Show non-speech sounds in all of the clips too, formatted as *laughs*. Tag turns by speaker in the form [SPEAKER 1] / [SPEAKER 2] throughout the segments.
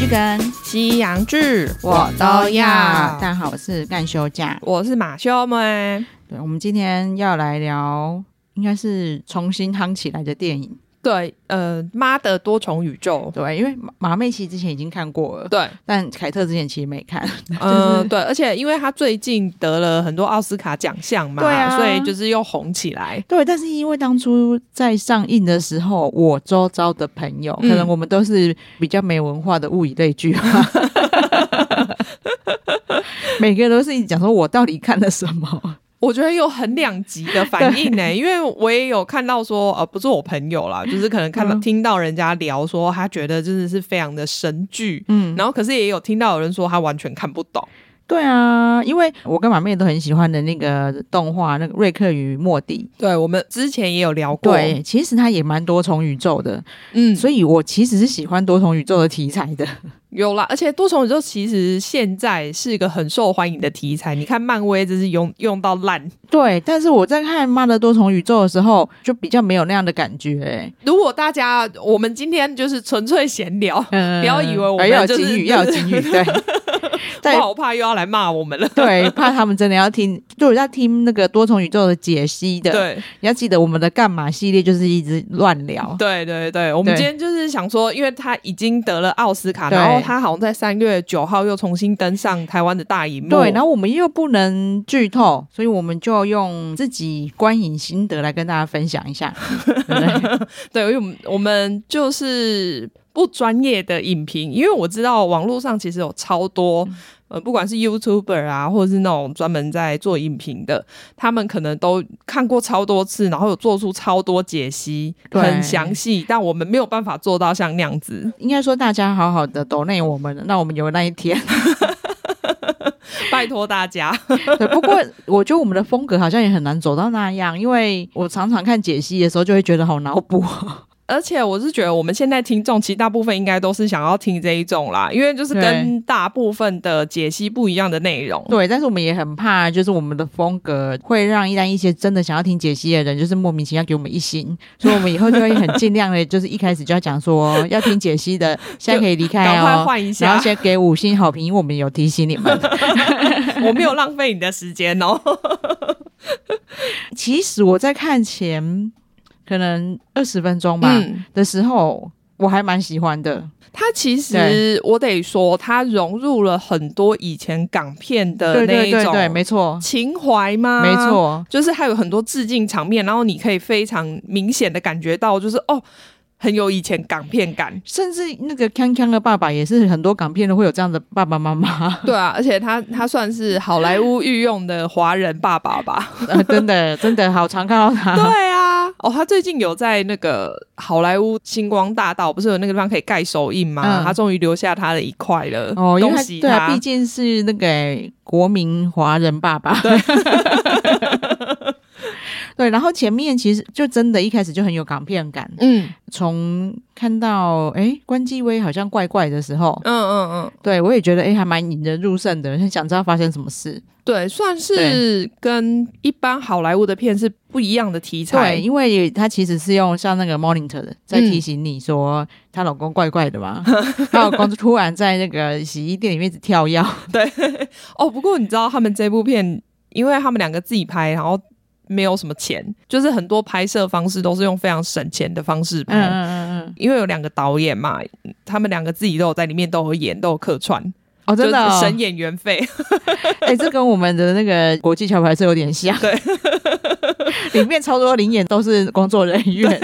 [SPEAKER 1] 一根
[SPEAKER 2] 西洋剧
[SPEAKER 1] 大家好，我是干休假。
[SPEAKER 2] 我是马修们，
[SPEAKER 1] 对，我们今天要来聊，应该是重新夯起来的电影。
[SPEAKER 2] 对，呃，妈的多重宇宙，
[SPEAKER 1] 对，因为马马妹其实之前已经看过了，
[SPEAKER 2] 对，
[SPEAKER 1] 但凯特之前其实没看。
[SPEAKER 2] 嗯、对，而且因为他最近得了很多奥斯卡奖项嘛，
[SPEAKER 1] 对啊
[SPEAKER 2] 所以就是又红起来，
[SPEAKER 1] *laughs* 对，但是因为当初在上映的时候，我周遭的朋友，
[SPEAKER 2] 嗯
[SPEAKER 1] 可能我们都是比较没文化的，物以类聚嘛。 *laughs* 每个人都是一直讲说，我到底看了什么？
[SPEAKER 2] 我觉得有很两极的反
[SPEAKER 1] *laughs*
[SPEAKER 2] 应呢、因为我也有看到说，呃，不是我朋友啦，就是可能看到、
[SPEAKER 1] 嗯
[SPEAKER 2] 听到人家聊说，他觉得真的是非常的神剧。
[SPEAKER 1] 嗯，
[SPEAKER 2] 然后，可是也有听到有人说他完全看不懂，
[SPEAKER 1] 对啊，因为我跟马妹都很喜欢的那个动画，那个《瑞克与莫蒂》。
[SPEAKER 2] 对我们之前也有聊过，
[SPEAKER 1] 对，其实它也蛮多重宇宙的，
[SPEAKER 2] 嗯，
[SPEAKER 1] 所以我其实是喜欢多重宇宙的题材的。
[SPEAKER 2] 有啦，而且多重宇宙其实现在是一个很受欢迎的题材。你看漫威，真是用用到烂。
[SPEAKER 1] 对，但是我在看《妈的多重宇宙》的时候，就比较没有那样的感觉、
[SPEAKER 2] 如果大家我们今天就是纯粹闲
[SPEAKER 1] *laughs*
[SPEAKER 2] 聊，
[SPEAKER 1] 嗯
[SPEAKER 2] *laughs* 不要以为我们
[SPEAKER 1] 哎要有
[SPEAKER 2] 就是 *laughs*
[SPEAKER 1] 警语，要有警语，对，
[SPEAKER 2] 不
[SPEAKER 1] 在
[SPEAKER 2] 然我怕又要来骂我们了。
[SPEAKER 1] 对，怕他们真的要听，就我在听那个多重宇宙的解析的。，
[SPEAKER 2] 对
[SPEAKER 1] 你要记得我们的干嘛系列就是一直乱聊。
[SPEAKER 2] 对对对，我们
[SPEAKER 1] 对
[SPEAKER 2] 今天就是想说，因为他已经得了奥斯卡，
[SPEAKER 1] 对
[SPEAKER 2] 然后他好像在三月九号又重新登上台湾的大荧幕。
[SPEAKER 1] 对，然
[SPEAKER 2] 后
[SPEAKER 1] 后我们又不能剧透，所以我们就用自己观影心得来跟大家分享一下。 *laughs*
[SPEAKER 2] 对，因为我们我们就是不专业的影评，因为我知道网络上其实有超多。
[SPEAKER 1] 嗯
[SPEAKER 2] 呃，不管是 YouTuber 啊，或者是那种专门在做影评的，他们可能都看过超多次，然后有做出超多解析，
[SPEAKER 1] 对
[SPEAKER 2] 很详细，但我们没有办法做到像那样子。
[SPEAKER 1] 应该说大家好好的抖内我们，那我们有那一
[SPEAKER 2] *laughs*
[SPEAKER 1] 天。
[SPEAKER 2] 拜托大家， *laughs*
[SPEAKER 1] 对，不过我觉得我们的风格好像也很难走到那样，因为我常常看解析的时候就会觉得好脑
[SPEAKER 2] *laughs*
[SPEAKER 1] 补。
[SPEAKER 2] 而且我是觉得我们现在听众其实大部分应该都是想要听这一种啦，因为就是跟大部分的解析不一样的内容。
[SPEAKER 1] 对，但是我们也很怕，就是我们的风格会让一旦一些真的想要听解析的人，就是莫名其妙给我们一星，所以我们以后就会很尽量的，就是一开始就要讲说要听解析的，现在可以离开
[SPEAKER 2] *laughs* 赶快
[SPEAKER 1] 哦。
[SPEAKER 2] 换一
[SPEAKER 1] 然后
[SPEAKER 2] 下，
[SPEAKER 1] 先给五星好评，因为我们有提醒你们。
[SPEAKER 2] 我没有浪费你的时间哦。
[SPEAKER 1] 其实我在看前可能二十分钟吧、
[SPEAKER 2] 嗯，
[SPEAKER 1] 的时候，我还蛮喜欢的。
[SPEAKER 2] 它其实我得说，它融入了很多以前港片的
[SPEAKER 1] 对
[SPEAKER 2] 那
[SPEAKER 1] 对
[SPEAKER 2] 一
[SPEAKER 1] 对
[SPEAKER 2] 种啊
[SPEAKER 1] 对，没错，
[SPEAKER 2] 情怀吗？
[SPEAKER 1] 没。错。。
[SPEAKER 2] 就是还有很多致敬场面，然后你可以非常明显的感觉到，就是哦，很有以前港片
[SPEAKER 1] *laughs*
[SPEAKER 2] 感
[SPEAKER 1] 甚至那个康康的爸爸也是很多港片都会有这样的爸爸妈
[SPEAKER 2] *laughs*
[SPEAKER 1] 妈，
[SPEAKER 2] 对啊，而且他他算是好莱坞御用的华人爸爸吧？
[SPEAKER 1] *laughs* 呃真的真的好常看到他。
[SPEAKER 2] *laughs* 对啊，哦，他最近有在那个好莱坞星光大道，不是有那个地方可以盖手印吗？
[SPEAKER 1] 嗯
[SPEAKER 2] 他终于留下他的一块了，
[SPEAKER 1] 哦，因为
[SPEAKER 2] 恭
[SPEAKER 1] 他
[SPEAKER 2] 喜
[SPEAKER 1] 对啊，
[SPEAKER 2] 他！
[SPEAKER 1] 毕竟是那个欸国民华人爸爸。对。 *laughs* 对，然后前面其实就真的一开始就很有港片感，
[SPEAKER 2] 嗯
[SPEAKER 1] 从看到诶关继威好像怪怪的时候，
[SPEAKER 2] 嗯嗯嗯，
[SPEAKER 1] 对我也觉得诶还蛮引人入胜的，很想知道发生什么事。
[SPEAKER 2] 对，算是跟一般好莱坞的片是不一样的题材。
[SPEAKER 1] 对，因为他其实是用像那个 monitor 的在提醒你说她老公怪怪的
[SPEAKER 2] *laughs*
[SPEAKER 1] 嘛，她、老公就突然在那个洗衣店里面一直跳药，
[SPEAKER 2] *laughs* 哦，不过你知道他们这部片，因为他们两个自己拍，然后没有什么钱，就是很多拍摄方式都是用非常省钱的方式拍。
[SPEAKER 1] 嗯嗯嗯，
[SPEAKER 2] 因为有两个导演嘛，他们两个自己都有在里面都有演，都有客串，
[SPEAKER 1] 哦，真的、
[SPEAKER 2] 就是
[SPEAKER 1] 哦， *laughs*
[SPEAKER 2] 省演员费。 *laughs*
[SPEAKER 1] 哎、这跟我们的那个国际桥牌社有点像。
[SPEAKER 2] 对，
[SPEAKER 1] 里面超多灵眼都是工作人
[SPEAKER 2] *laughs*
[SPEAKER 1] 员，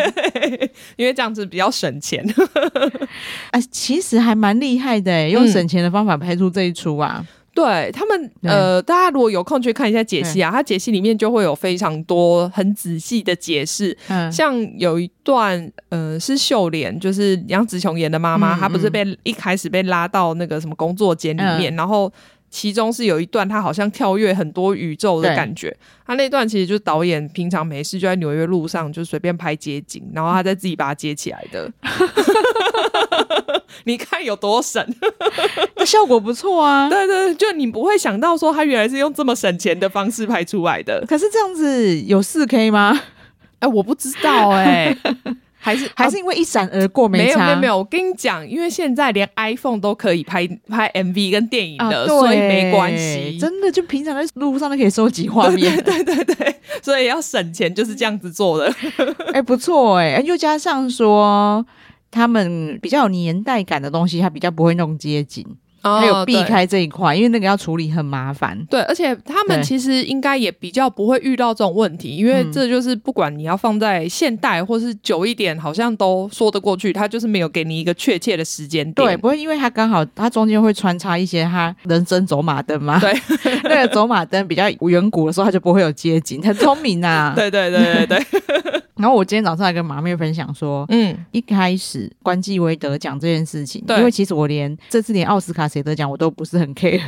[SPEAKER 2] 因为这样子比较省钱。 *laughs* 嗯
[SPEAKER 1] 哎、其实还蛮厉害的、用省钱的方法拍出这一出啊。
[SPEAKER 2] 对他们，
[SPEAKER 1] 对
[SPEAKER 2] 呃，大家如果有空去看一下解析啊，它解析里面就会有非常多很仔细的解释。
[SPEAKER 1] 嗯，
[SPEAKER 2] 像有一段，呃，是秀莲，就是杨紫琼演的妈妈，
[SPEAKER 1] 嗯
[SPEAKER 2] 她不是被一开始被拉到那个什么工作间里面，然后其中是有一段她好像跳跃很多宇宙的
[SPEAKER 1] 对
[SPEAKER 2] 感觉。她那段其实就是导演平常没事就在纽约路上就随便拍街景，然后她再自己把它接起来 *laughs* 的。你看有多 *laughs* 神！
[SPEAKER 1] 那效果不错啊。
[SPEAKER 2] 对对，对就你不会想到说他原来是用这么省钱的方式拍出来的。
[SPEAKER 1] 可是这样子有四 K 吗？
[SPEAKER 2] 哎、我不知道哎、 *laughs* 还是
[SPEAKER 1] 还是因为一闪而过
[SPEAKER 2] 啊哦没有
[SPEAKER 1] 差？
[SPEAKER 2] 没有没有，我跟你讲，因为现在连 iPhone 都可以拍拍 MV 跟电影
[SPEAKER 1] 啊，
[SPEAKER 2] 的，
[SPEAKER 1] 对
[SPEAKER 2] 所以没关系。
[SPEAKER 1] 真的就平常在路上都可以收集画面，
[SPEAKER 2] *laughs* 对对对，所以要省钱就是这样子做的。
[SPEAKER 1] 哎、不错哎、又加上说他们比较有年代感的东西，他比较不会弄街景， *laughs*
[SPEAKER 2] 哦
[SPEAKER 1] 还有避开这一块，因为那个要处理很麻烦。
[SPEAKER 2] 对，而且他们
[SPEAKER 1] 对
[SPEAKER 2] 其实应该也比较不会遇到这种问题，因为
[SPEAKER 1] 嗯
[SPEAKER 2] 这就是不管你要放在现代或是久一点，好像都说得过去。他就是没有给你一个确切的时间点。
[SPEAKER 1] 对，不会，因为他刚好他中间会穿插一些他人生走马灯嘛。
[SPEAKER 2] 对，
[SPEAKER 1] *laughs* 那个走马灯比较远古的时候，他就不会有街景，很聪明呐、
[SPEAKER 2] *laughs* 对对
[SPEAKER 1] *laughs*
[SPEAKER 2] 对对对，
[SPEAKER 1] 然后我今天早上还跟马妹分享说，
[SPEAKER 2] 嗯，
[SPEAKER 1] 一开始关继威得奖这件事情，
[SPEAKER 2] 对
[SPEAKER 1] 因为其实我连这次连奥斯卡谁得奖我都不是很 care。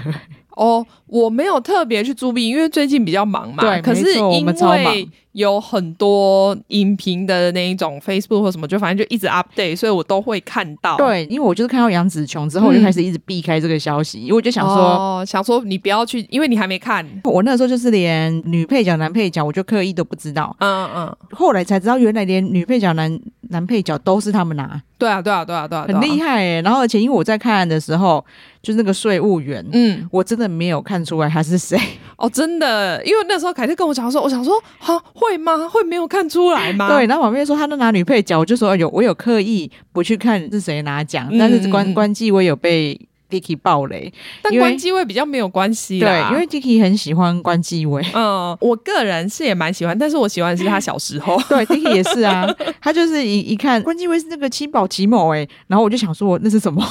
[SPEAKER 2] 哦，我没有特别去注意，因为最近比较忙嘛。
[SPEAKER 1] 对
[SPEAKER 2] 可
[SPEAKER 1] 没
[SPEAKER 2] 是
[SPEAKER 1] 错我
[SPEAKER 2] 因
[SPEAKER 1] 们超
[SPEAKER 2] 为
[SPEAKER 1] 忙
[SPEAKER 2] 有很多影评的那一种 Facebook 或什么，就反正就一直 update，所以我都会看到。。
[SPEAKER 1] 对，因为我就是看到杨紫琼之后，我就
[SPEAKER 2] 嗯
[SPEAKER 1] 开始一直避开这个消息，因为我就想说。
[SPEAKER 2] 哦，想说你不要去，因为你还没看。
[SPEAKER 1] 我那时候就是连女配角、男配角，我就刻意都不知道，
[SPEAKER 2] 嗯嗯，
[SPEAKER 1] 后来才知道原来连女配角、男男配角都是他们拿，
[SPEAKER 2] 对啊对啊对啊对啊，
[SPEAKER 1] 很厉
[SPEAKER 2] 害。
[SPEAKER 1] 害、欸。然后而且因为我在看的时候，就是那个税务员，
[SPEAKER 2] 嗯，
[SPEAKER 1] 我真的没有看出来他是谁。
[SPEAKER 2] 哦，真的，因为那时候凯特跟我讲说，我想说，哈，会吗？会没有看出来吗？
[SPEAKER 1] 对，然后旁边说他都拿女配角，我就说哎有我有刻意不去看是谁拿奖，
[SPEAKER 2] 嗯
[SPEAKER 1] 但
[SPEAKER 2] 嗯
[SPEAKER 1] 是关
[SPEAKER 2] 嗯
[SPEAKER 1] 关继威有被 Dicky 爆雷，
[SPEAKER 2] 但
[SPEAKER 1] 因为
[SPEAKER 2] 关机位比较没有关系啦，
[SPEAKER 1] 对，因为 Dicky 很喜欢关继威。
[SPEAKER 2] 嗯，我个人是也蛮喜欢，但是我喜欢的是他小时候。
[SPEAKER 1] 对，Dicky 也是啊，他就是一一看关继威是那个七宝奇某哎、然后我就想说那是什么？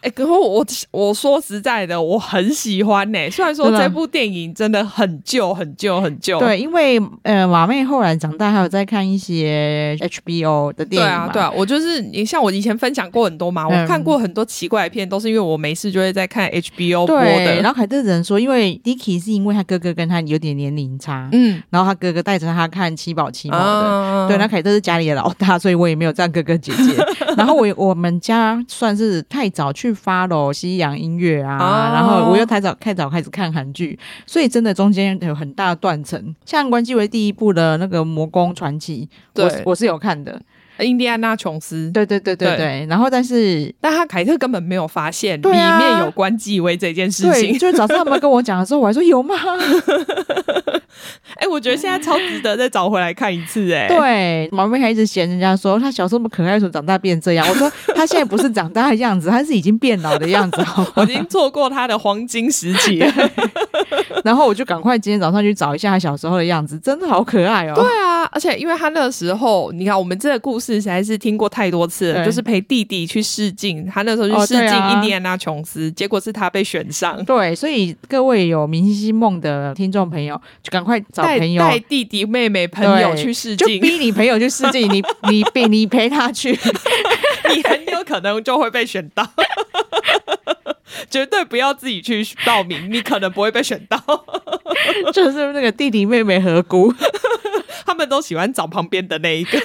[SPEAKER 2] 哎、可是我我说实在的，我很喜欢呢、虽然说
[SPEAKER 1] 真的
[SPEAKER 2] 这部电影真的很旧、很旧、很旧，啊
[SPEAKER 1] 对，因为呃，马妹后来长大还有在看一些 HBO 的
[SPEAKER 2] 对
[SPEAKER 1] 电影
[SPEAKER 2] 啊
[SPEAKER 1] 嘛，
[SPEAKER 2] 对啊。我就是你像我以前分享过很多嘛，
[SPEAKER 1] 嗯
[SPEAKER 2] 我看过很多奇怪的片，都是因为我没事就会在看 HBO 播
[SPEAKER 1] 对。然
[SPEAKER 2] 的。
[SPEAKER 1] 后凯特人说，因为 Dicky 是因为他哥哥跟他有点年龄差，
[SPEAKER 2] 嗯
[SPEAKER 1] 然后他哥哥带着他看七宝奇谋的。
[SPEAKER 2] 啊
[SPEAKER 1] 对，那凯特是家里的老大， *laughs* 所以我也没有站哥哥姐姐。然后我我们家算是太早去 follow 西洋音乐啊，
[SPEAKER 2] 哦
[SPEAKER 1] 然后我又太早太早开始看韩剧，所以真的中间有很大的断层。像关继威第一部的那个《魔宫传奇》，我
[SPEAKER 2] 对
[SPEAKER 1] 我是有看的，
[SPEAKER 2] 印第安纳琼斯，
[SPEAKER 1] 对对对对
[SPEAKER 2] 对
[SPEAKER 1] 对。然后但是。
[SPEAKER 2] 但他凯特根本没有发现里
[SPEAKER 1] 对啊
[SPEAKER 2] 面有关继威这件事
[SPEAKER 1] 对，
[SPEAKER 2] 情。 *laughs*
[SPEAKER 1] 就是早上他们跟我讲的时候，我还说有吗？
[SPEAKER 2] 哎、我觉得现在超值得再找回来看一次、
[SPEAKER 1] *laughs*
[SPEAKER 2] 哎，
[SPEAKER 1] 对，毛妹还一直嫌人家说他小时候那么可爱，为什么长大变这样？我说他现在不是长大的样子，他是已经变老的样子，好吗
[SPEAKER 2] *laughs* 我已经错过他的黄金时期了。
[SPEAKER 1] *laughs* 然后我就赶快今天早上去找一下他小时候的样子，真的好可爱哦。
[SPEAKER 2] 对啊，而且因为他那时候，你看我们这个故事实在是听过太多次了，
[SPEAKER 1] 对
[SPEAKER 2] 就是陪弟弟去试镜，他那时候去试
[SPEAKER 1] 哦对
[SPEAKER 2] 镜
[SPEAKER 1] 啊
[SPEAKER 2] 印第安纳琼斯，结果是他被选上，
[SPEAKER 1] 对所以各位有明星梦的听众朋友，就赶快找
[SPEAKER 2] 带
[SPEAKER 1] 朋友。
[SPEAKER 2] 带弟弟妹妹朋友
[SPEAKER 1] 对
[SPEAKER 2] 去试
[SPEAKER 1] 就
[SPEAKER 2] 镜，
[SPEAKER 1] 逼你朋友去试镜，你 *laughs* 你逼你陪他去，
[SPEAKER 2] *laughs*
[SPEAKER 1] *laughs*
[SPEAKER 2] 你很有可能就会被选到。 *laughs* 绝对不要自己去报名，你可能不会被选到。 *laughs*
[SPEAKER 1] 就是那个弟弟妹妹合股，
[SPEAKER 2] 他们都喜欢找旁边的那一个。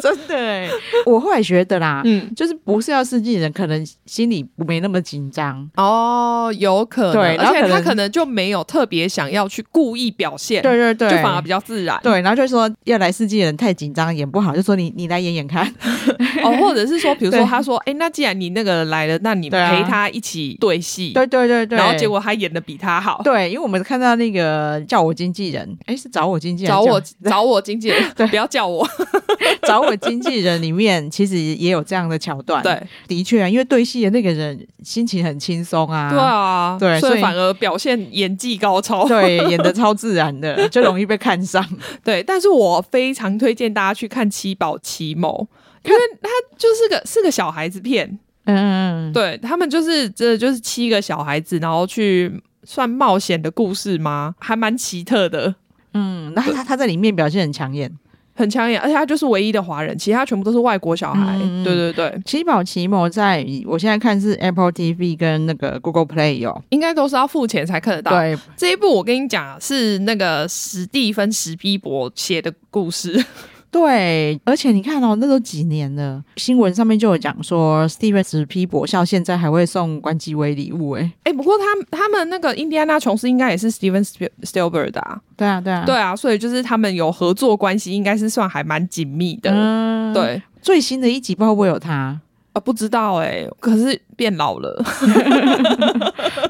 [SPEAKER 1] 真的哎。我后来觉得啦，
[SPEAKER 2] 嗯，
[SPEAKER 1] 就是不是要试镜的人，可能心里没那么紧张。
[SPEAKER 2] 哦，有可
[SPEAKER 1] 对然后
[SPEAKER 2] 而且
[SPEAKER 1] 可
[SPEAKER 2] 他
[SPEAKER 1] 能
[SPEAKER 2] 可能就没有特别想要去故意表现，
[SPEAKER 1] 对对对，
[SPEAKER 2] 就反而比较自然。
[SPEAKER 1] 对，然后就说要来试镜的人太紧张，演不好，就说你你来演演
[SPEAKER 2] *laughs*
[SPEAKER 1] 看。
[SPEAKER 2] 哦，或者是说，比如说
[SPEAKER 1] 对
[SPEAKER 2] 他说，哎、那既然你那个来了，那你
[SPEAKER 1] 对啊
[SPEAKER 2] 陪他一起对戏，
[SPEAKER 1] 对对对对，
[SPEAKER 2] 然后结果他演的比他好，
[SPEAKER 1] 对，因为我们看到那个叫我经纪人，哎，是找我经纪人，
[SPEAKER 2] *laughs* 找我
[SPEAKER 1] 叫
[SPEAKER 2] 找我经纪人， *laughs* 不要叫我，
[SPEAKER 1] 找我经纪人里面，其实也有这样的桥段。
[SPEAKER 2] 对，
[SPEAKER 1] 的确啊，因为对戏的那个人心情很轻松啊，
[SPEAKER 2] 对啊，
[SPEAKER 1] 对
[SPEAKER 2] 所
[SPEAKER 1] 所
[SPEAKER 2] 以
[SPEAKER 1] 以
[SPEAKER 2] 反而表现演技高超，
[SPEAKER 1] 对，演的超自然的，就容易被看上。
[SPEAKER 2] *laughs* 对，但是我非常推荐大家去看《七宝奇谋》，因为他就是个是个小孩子片。
[SPEAKER 1] 嗯，
[SPEAKER 2] 对他们就是这就是七个小孩子，然后去算冒险的故事吗？还蛮奇特的，
[SPEAKER 1] 嗯，那他他在里面表现很抢眼。
[SPEAKER 2] 很抢眼，而且他就是唯一的华人，其他全部都是外国小孩。
[SPEAKER 1] 嗯嗯嗯
[SPEAKER 2] 对对对，
[SPEAKER 1] 七宝奇谋在我现在看是 Apple TV 跟那个 Google Play 有，
[SPEAKER 2] 应该都是要付钱才看得到。
[SPEAKER 1] 对，
[SPEAKER 2] 这一部我跟你讲是那个史蒂芬史皮伯写的故事， *laughs*
[SPEAKER 1] 对，而且你看哦，那都几年了，新闻上面就有讲说，Steven 史皮博校现在还会送关机微礼物，哎，
[SPEAKER 2] 哎、不过他他们那个印第安纳琼斯应该也是 Steven Spiel- Spielberg 的啊，
[SPEAKER 1] 对啊，对啊，
[SPEAKER 2] 对，啊，所以就是他们有合作关系，应该是算还蛮紧密的。
[SPEAKER 1] 嗯，，
[SPEAKER 2] 对
[SPEAKER 1] 最新的一集不知道会不会有他， *laughs*
[SPEAKER 2] 啊，不知道哎、可是变老了 *laughs*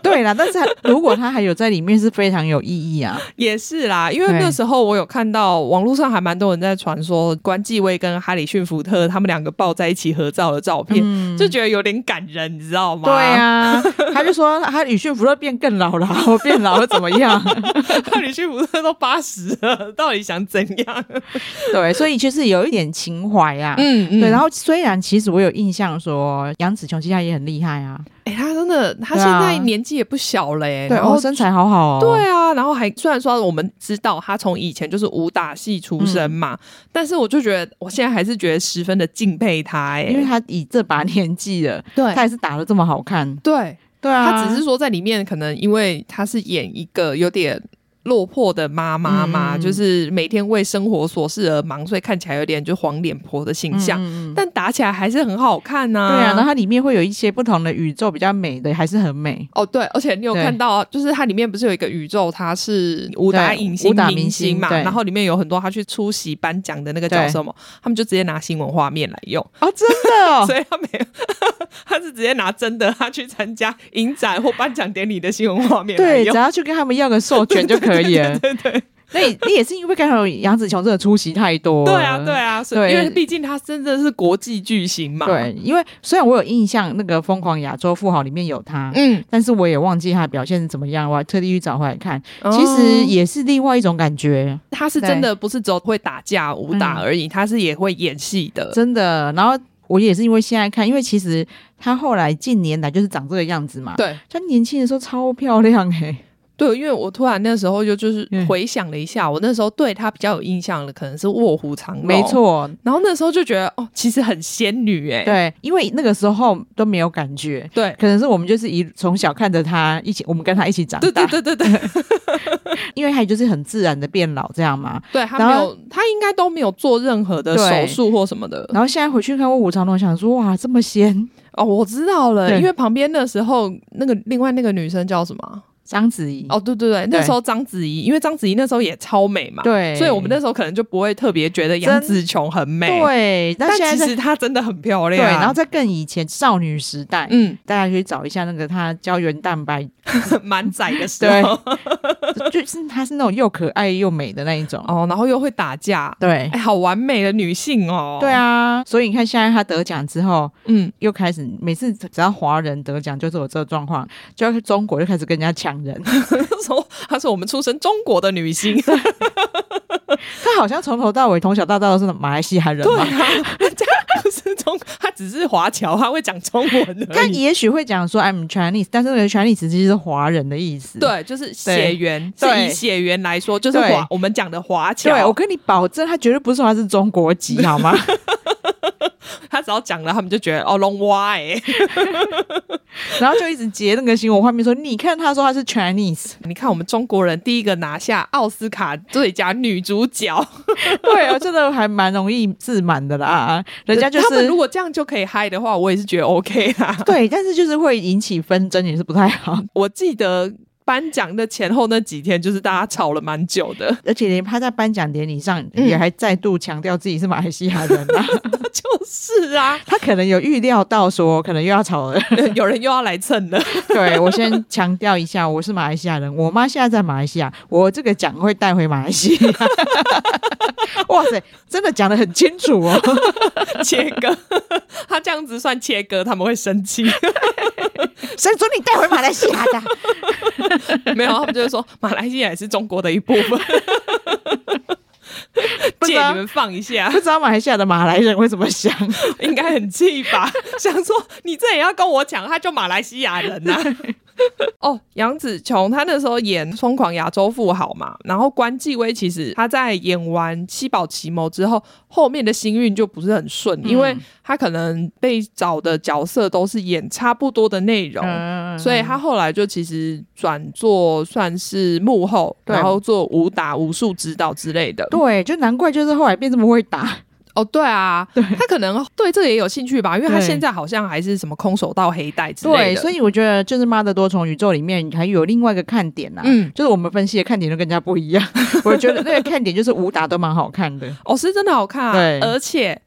[SPEAKER 1] 对啦，但是他如果他还有在里面是非常有意义啊，
[SPEAKER 2] 也是啦，因为
[SPEAKER 1] 对
[SPEAKER 2] 那时候我有看到网络上还蛮多人在传说关继威跟哈里逊福特他们两个抱在一起合照的照片，
[SPEAKER 1] 嗯，
[SPEAKER 2] 就觉得有点感人，你知道吗？
[SPEAKER 1] 对，啊，他就说他语训福特变更老了， *laughs* 我变老了怎么 *laughs* 样？
[SPEAKER 2] *laughs* 哈里逊福特都八十了，到底想怎样？
[SPEAKER 1] 对，所以其实有一点情怀啊。
[SPEAKER 2] 嗯嗯
[SPEAKER 1] 对，然后虽然其实我有印象说杨紫琼其实她也很厉害啊，
[SPEAKER 2] 哎、他真的，他
[SPEAKER 1] 对
[SPEAKER 2] 现
[SPEAKER 1] 啊
[SPEAKER 2] 在年纪也不小了、欸，
[SPEAKER 1] 对，
[SPEAKER 2] 然后
[SPEAKER 1] 哦，身材好好哦，
[SPEAKER 2] 对啊，然后还虽然说我们知道他从以前就是武打戏出身
[SPEAKER 1] 嗯
[SPEAKER 2] 嘛，但是我就觉得我现在还是觉得十分的敬佩他、欸，
[SPEAKER 1] 因为他以这把年纪了，
[SPEAKER 2] 对
[SPEAKER 1] 他也是打的这么好看，
[SPEAKER 2] 对，
[SPEAKER 1] 对啊
[SPEAKER 2] 他只是说在里面可能因为他是演一个有点。落魄的妈妈嘛，
[SPEAKER 1] 嗯嗯嗯
[SPEAKER 2] 就是每天为生活琐事而忙，所以看起来有点就黄脸婆的形象，
[SPEAKER 1] 嗯嗯嗯
[SPEAKER 2] 但打起来还是很好看呐、
[SPEAKER 1] 对啊，然后它里面会有一些不同的宇宙比较美的，还是很美。
[SPEAKER 2] 哦，对，而且你有
[SPEAKER 1] 对
[SPEAKER 2] 看到，就是它里面不是有一个宇宙，它是武打
[SPEAKER 1] 对
[SPEAKER 2] 影星
[SPEAKER 1] 武打
[SPEAKER 2] 明
[SPEAKER 1] 明星
[SPEAKER 2] 星嘛，
[SPEAKER 1] 对
[SPEAKER 2] 然后里面有很多他去出席颁奖的那个叫
[SPEAKER 1] 对
[SPEAKER 2] 什么，他们就直接拿新闻画面来用，
[SPEAKER 1] 哦，真的 *laughs*
[SPEAKER 2] 所以他没有， *laughs* 他是直接拿真的他去参加影展或颁奖典礼的新闻画面来
[SPEAKER 1] 对，只
[SPEAKER 2] 用。
[SPEAKER 1] 要去跟他们要个授权就可以了。
[SPEAKER 2] *laughs* 对对对 *laughs*
[SPEAKER 1] 那你你也是因为刚好杨紫琼真的出席太多了
[SPEAKER 2] 对啊，对啊，所以
[SPEAKER 1] 对
[SPEAKER 2] 因为毕竟他真的是国际巨星嘛。，
[SPEAKER 1] 对，因为虽然我有印象那个《疯狂亚洲富豪》里面有他，
[SPEAKER 2] 嗯，
[SPEAKER 1] 但是我也忘记他的表现是怎么样，我还特地去找回来看，其实
[SPEAKER 2] 哦
[SPEAKER 1] 也是另外一种感觉，
[SPEAKER 2] 他是真的不是只有会打架武打
[SPEAKER 1] 嗯
[SPEAKER 2] 而已，他是也会演戏的。
[SPEAKER 1] 真的。然后我也是因为现在看，因为其实他后来近年来就是长这个样子嘛，，
[SPEAKER 2] 对
[SPEAKER 1] 他年轻的时候超漂亮哎、
[SPEAKER 2] 对，因为我突然那时候就就是
[SPEAKER 1] 嗯
[SPEAKER 2] 回想了一下，我那时候对她比较有印象的可能是《卧虎藏龙》，
[SPEAKER 1] 没。错，
[SPEAKER 2] 然后那时候就觉得哦，其实很仙女哎、
[SPEAKER 1] 对，因为那个时候都没有感觉。
[SPEAKER 2] 对
[SPEAKER 1] 可能是我们就是一从小看着他一起，我们跟他一起长大，
[SPEAKER 2] 对对对对
[SPEAKER 1] *laughs*
[SPEAKER 2] 对，
[SPEAKER 1] 因为他就是很自然的变老这样嘛。
[SPEAKER 2] 对她
[SPEAKER 1] 然
[SPEAKER 2] 没
[SPEAKER 1] 后
[SPEAKER 2] 有，她应该都没有做任何的手
[SPEAKER 1] 对
[SPEAKER 2] 术或什么的。
[SPEAKER 1] 然后现在回去看《卧虎藏龙》，想说哇，这么仙， *laughs*
[SPEAKER 2] 哦，我知道了，
[SPEAKER 1] 对
[SPEAKER 2] 因为旁边那时候那个另外那个女生叫什么啊？
[SPEAKER 1] 章子怡
[SPEAKER 2] 哦，对对对，那
[SPEAKER 1] 对
[SPEAKER 2] 时候章子怡，因为章子怡那时候也超美嘛，，
[SPEAKER 1] 对，
[SPEAKER 2] 所以我们那时候可能就不会特别觉得杨
[SPEAKER 1] 真
[SPEAKER 2] 紫琼很美，，
[SPEAKER 1] 对，但
[SPEAKER 2] 但
[SPEAKER 1] 现在
[SPEAKER 2] 其
[SPEAKER 1] 在
[SPEAKER 2] 实她真的很漂
[SPEAKER 1] 对，
[SPEAKER 2] 亮。
[SPEAKER 1] 然后在更以前少女时代，
[SPEAKER 2] 嗯，
[SPEAKER 1] 大家可以找一下那个她胶原蛋
[SPEAKER 2] *laughs*
[SPEAKER 1] 白，
[SPEAKER 2] 蛮窄的时
[SPEAKER 1] 对
[SPEAKER 2] 候，
[SPEAKER 1] 就是她是那种又可爱又美的那一种，
[SPEAKER 2] 哦，然后又会打架，
[SPEAKER 1] 对
[SPEAKER 2] 哎，好完美的女性哦。
[SPEAKER 1] 对，啊，所以你看现在她得奖之后，
[SPEAKER 2] 嗯， *laughs*
[SPEAKER 1] 又开始每次只要华人得奖，就是我这个状况，就要去中国就开始跟人家抢人。
[SPEAKER 2] 她说她说我们出身中国的
[SPEAKER 1] *laughs*
[SPEAKER 2] 女性，
[SPEAKER 1] 她好像从头到尾，从小到大都是马来西亚人
[SPEAKER 2] 对
[SPEAKER 1] 嘛。
[SPEAKER 2] 啊，人家不是中，她只是华侨，她会讲中文而
[SPEAKER 1] 但
[SPEAKER 2] 已。
[SPEAKER 1] 也许会讲说 I'm Chinese，但是那个 Chinese 其实是华人的意思。
[SPEAKER 2] 对，就是血缘，是
[SPEAKER 1] 对
[SPEAKER 2] 以血缘来说，就是华
[SPEAKER 1] 对
[SPEAKER 2] 我们讲的华侨。
[SPEAKER 1] 对，我跟你保证，他绝对不是说他是中国籍，好
[SPEAKER 2] *laughs*
[SPEAKER 1] 吗？
[SPEAKER 2] 他只要讲了，他们就觉得哦龙蛙哎，
[SPEAKER 1] *laughs* 然后就一直截那个新闻画面说，你看他说他是 Chinese，
[SPEAKER 2] 你看我们中国人第一个拿下奥斯卡最佳女主角，
[SPEAKER 1] 对，我真的还蛮容易自满的啦。人家就
[SPEAKER 2] 他们
[SPEAKER 1] 是
[SPEAKER 2] 如果这样就可以嗨的话，我也是觉得 OK 啦。
[SPEAKER 1] 对，但是就是会引起纷争，也是不太
[SPEAKER 2] *laughs*
[SPEAKER 1] 好。
[SPEAKER 2] 我记得颁奖的前后那几天，就是大家吵了蛮久 *laughs* 的，
[SPEAKER 1] 而且连他在颁奖典礼上
[SPEAKER 2] 嗯
[SPEAKER 1] 也还再度强调自己是马来西亚人
[SPEAKER 2] *laughs*
[SPEAKER 1] 啊，
[SPEAKER 2] 就是啊，
[SPEAKER 1] 他可能有预料到说可能又要吵了。
[SPEAKER 2] 有人又要来蹭了，
[SPEAKER 1] *laughs* 对我先强调一下，我是马来西亚人，我妈现在在马来西亚，我这个奖会带回马来西 *laughs* 亚。哇塞，真的讲的很清楚 *laughs* 哦。
[SPEAKER 2] *laughs* 切割，他这样子算切割，他们会生 *laughs* 气。
[SPEAKER 1] 谁准你带回马来西亚的？
[SPEAKER 2] *laughs* 没有，他们就会说马来西亚也是中国的一部分。
[SPEAKER 1] 不知
[SPEAKER 2] 借
[SPEAKER 1] 道
[SPEAKER 2] 你们放一下
[SPEAKER 1] *laughs* 不，知道马来西亚的马来人会怎么想，
[SPEAKER 2] 应该很气吧？
[SPEAKER 1] *laughs*
[SPEAKER 2] 想说你这也要跟我抢，他就马来西亚人呐、 *laughs* 哦，杨紫琼她那时候演《疯狂亚洲富豪》嘛，然后关继威其实她在演完《七宝奇谋》之后，后面的星运就不是很顺，
[SPEAKER 1] 嗯
[SPEAKER 2] 因为她可能被找的角色都是演差不多的内容，
[SPEAKER 1] 嗯
[SPEAKER 2] 所以他后来就其实转做算是幕后，
[SPEAKER 1] 对
[SPEAKER 2] 然后做武打、武术指导之类的。
[SPEAKER 1] 对，就难怪就是后来变这么会打，
[SPEAKER 2] 哦，对啊，他可能对这个也有兴趣吧，因为他
[SPEAKER 1] 对
[SPEAKER 2] 现在好像还是什么空手道黑带之类
[SPEAKER 1] 对，
[SPEAKER 2] 的。
[SPEAKER 1] 所
[SPEAKER 2] 以
[SPEAKER 1] 以我觉得就是《妈的多重宇宙》里面还有另外一个看点呐、
[SPEAKER 2] 嗯
[SPEAKER 1] 就是我们分析的看点就更加不一 *laughs* 样。我觉得那个看点就是武打都蛮好看的，
[SPEAKER 2] 哦，是真的好看啊，
[SPEAKER 1] 对
[SPEAKER 2] 而且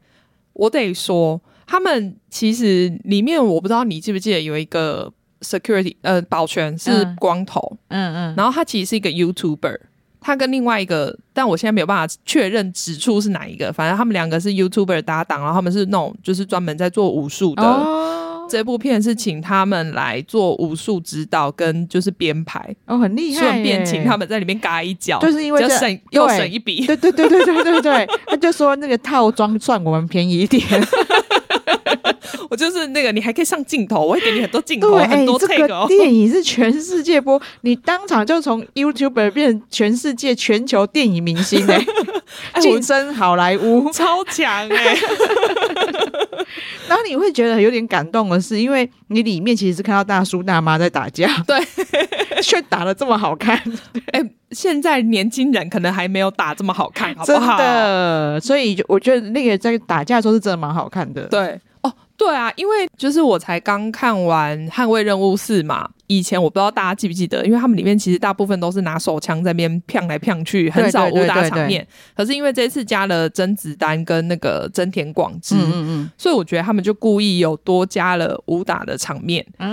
[SPEAKER 2] 我得说，他们其实里面我不知道你记不记得有一个 security 呃保全是
[SPEAKER 1] 嗯
[SPEAKER 2] 光头，
[SPEAKER 1] 嗯嗯，
[SPEAKER 2] 然后他其实是一个 YouTuber，他跟另外一个，但我现在没有办法确认指出是哪一个，反正他们两个是 YouTuber 搭档，然后他们是那种就是专门在做武术的。
[SPEAKER 1] 哦，
[SPEAKER 2] 这部片是请他们来做武术指导跟就是编排，
[SPEAKER 1] 哦，很厉害耶，
[SPEAKER 2] 顺便请他们在里面嘎一脚，
[SPEAKER 1] 就是因为
[SPEAKER 2] 就
[SPEAKER 1] 这
[SPEAKER 2] 省又
[SPEAKER 1] 对
[SPEAKER 2] 省一笔。
[SPEAKER 1] 对对对对对对对， *laughs* 他就说那个套装算我们便宜
[SPEAKER 2] *laughs*
[SPEAKER 1] 一点，
[SPEAKER 2] 我就是那个，你还可以上镜头，我会给你很多镜头，
[SPEAKER 1] 对，哎、
[SPEAKER 2] 很多
[SPEAKER 1] 这
[SPEAKER 2] take
[SPEAKER 1] 个
[SPEAKER 2] 哦。
[SPEAKER 1] 电影是全世界播，你当场就从 YouTuber 变成全世界全球电影明星哎、
[SPEAKER 2] *laughs*
[SPEAKER 1] *laughs*
[SPEAKER 2] 哎我
[SPEAKER 1] 晋升好莱坞。
[SPEAKER 2] 超强
[SPEAKER 1] *laughs*
[SPEAKER 2] 哎、
[SPEAKER 1] 然后你会觉得有点感动的是，因为你里面其实是看到大叔大妈在打架，
[SPEAKER 2] *laughs* 对，
[SPEAKER 1] 却打的这么好看，
[SPEAKER 2] 哎、现在年轻人可能还没有打这么好看，好不
[SPEAKER 1] 真
[SPEAKER 2] 好？
[SPEAKER 1] 的。所以就我觉得那个在打架的时候是真的蛮好看的。，
[SPEAKER 2] 对，哦，对啊，因为就是我才刚看完《捍卫任务四》嘛，以前我不知道大家记不记得，因为他们里面其实大部分都是拿手枪在那边骗来骗去，很少
[SPEAKER 1] 对对
[SPEAKER 2] 武打
[SPEAKER 1] 对
[SPEAKER 2] 场
[SPEAKER 1] 对
[SPEAKER 2] 面。可是因为这次加了甄子丹跟那个真田广之，
[SPEAKER 1] 嗯嗯
[SPEAKER 2] 所以我觉得他们就故意有多加了武打的场面，
[SPEAKER 1] 嗯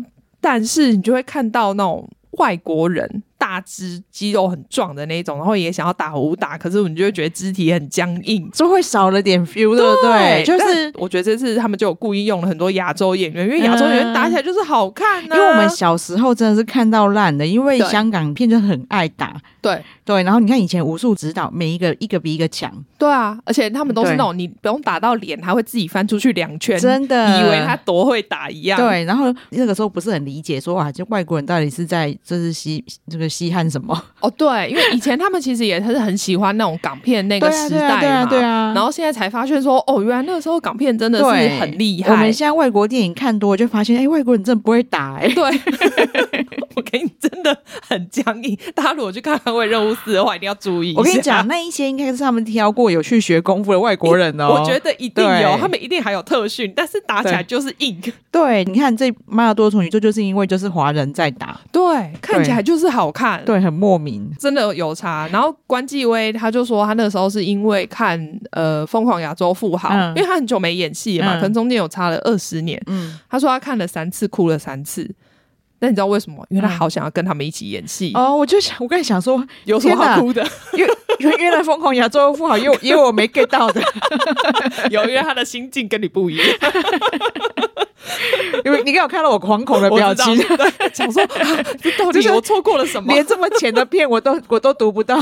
[SPEAKER 1] 嗯，
[SPEAKER 2] 但是你就会看到那种。外国人大只、肌肉很壮的那种，然后也想要打武打，可是你就会觉得肢体很僵硬，
[SPEAKER 1] 就会少了点 feel，对不对？就是嗯
[SPEAKER 2] 但我觉得这次他们就有故意用了很多亚洲演员，因为亚洲演员打起来就是好看、啊
[SPEAKER 1] 因为我们小时候真的是看到烂的，因为
[SPEAKER 2] 对
[SPEAKER 1] 香港片就很爱打，
[SPEAKER 2] 对
[SPEAKER 1] 对。然后你看以前武术指导，每一个一个比一个强，
[SPEAKER 2] 对啊，而且他们都是那种你不用打到脸，他会自己翻出去两圈，
[SPEAKER 1] 真的
[SPEAKER 2] 以为他多会打一样。
[SPEAKER 1] 对。然后那个时候不是很理解说，哇，这外国人到底是在这是稀这个稀罕什么？
[SPEAKER 2] 哦，对，因为以前他们其实也是很喜欢那种港片那个
[SPEAKER 1] 对啊
[SPEAKER 2] 时代嘛，
[SPEAKER 1] 对啊对啊对啊
[SPEAKER 2] 然后现在才发现说，哦，原来那个时候港片真的是
[SPEAKER 1] 对
[SPEAKER 2] 很厉
[SPEAKER 1] 我们
[SPEAKER 2] 害。
[SPEAKER 1] 现在外国电影看多，就发现哎、诶外国人真的不会打
[SPEAKER 2] *laughs*
[SPEAKER 1] 哎、诶
[SPEAKER 2] 对， *laughs* 我给你真的很僵硬。大家如果去看《捍卫任务四》的话，一定要注意一下。
[SPEAKER 1] 我跟你讲，那一些应该是他们挑过有去学功夫的外国人哦、
[SPEAKER 2] *laughs* 我觉得一定有，
[SPEAKER 1] 对
[SPEAKER 2] 他们一定还有特训，但是打起来
[SPEAKER 1] 对
[SPEAKER 2] 就是硬，
[SPEAKER 1] 对，你看这《妈的多重宇宙》就是因为就是华人在打，
[SPEAKER 2] 对，看起来就是好看，，
[SPEAKER 1] 对，很莫名。
[SPEAKER 2] 真的有差。然后关继威他就说，他那时候是因为看呃《疯狂亚洲富豪》
[SPEAKER 1] 嗯
[SPEAKER 2] 因为他很久没演戏了嘛，
[SPEAKER 1] 嗯
[SPEAKER 2] 可能中间有差了二十年。
[SPEAKER 1] 嗯，
[SPEAKER 2] 他说他看了三次，哭了三次。那你知道为什么？因为他
[SPEAKER 1] 嗯
[SPEAKER 2] 好想要跟他们一起演戏，
[SPEAKER 1] 哦，我就想，我刚才想说，
[SPEAKER 2] 有什么
[SPEAKER 1] 天哪
[SPEAKER 2] 好哭的？
[SPEAKER 1] 原原原来疯狂亚洲富豪也有也有我没 get 到的， *laughs*
[SPEAKER 2] 有，因为他的心境跟你不一样。
[SPEAKER 1] 因为你刚有看到我惶恐的
[SPEAKER 2] 我
[SPEAKER 1] 表
[SPEAKER 2] 知道
[SPEAKER 1] 情，
[SPEAKER 2] 对，想说、 *laughs* 啊、这到
[SPEAKER 1] 就
[SPEAKER 2] 底
[SPEAKER 1] 是
[SPEAKER 2] 我错过了什么？
[SPEAKER 1] 连这么浅的片我都我都读不
[SPEAKER 2] *laughs*
[SPEAKER 1] 到。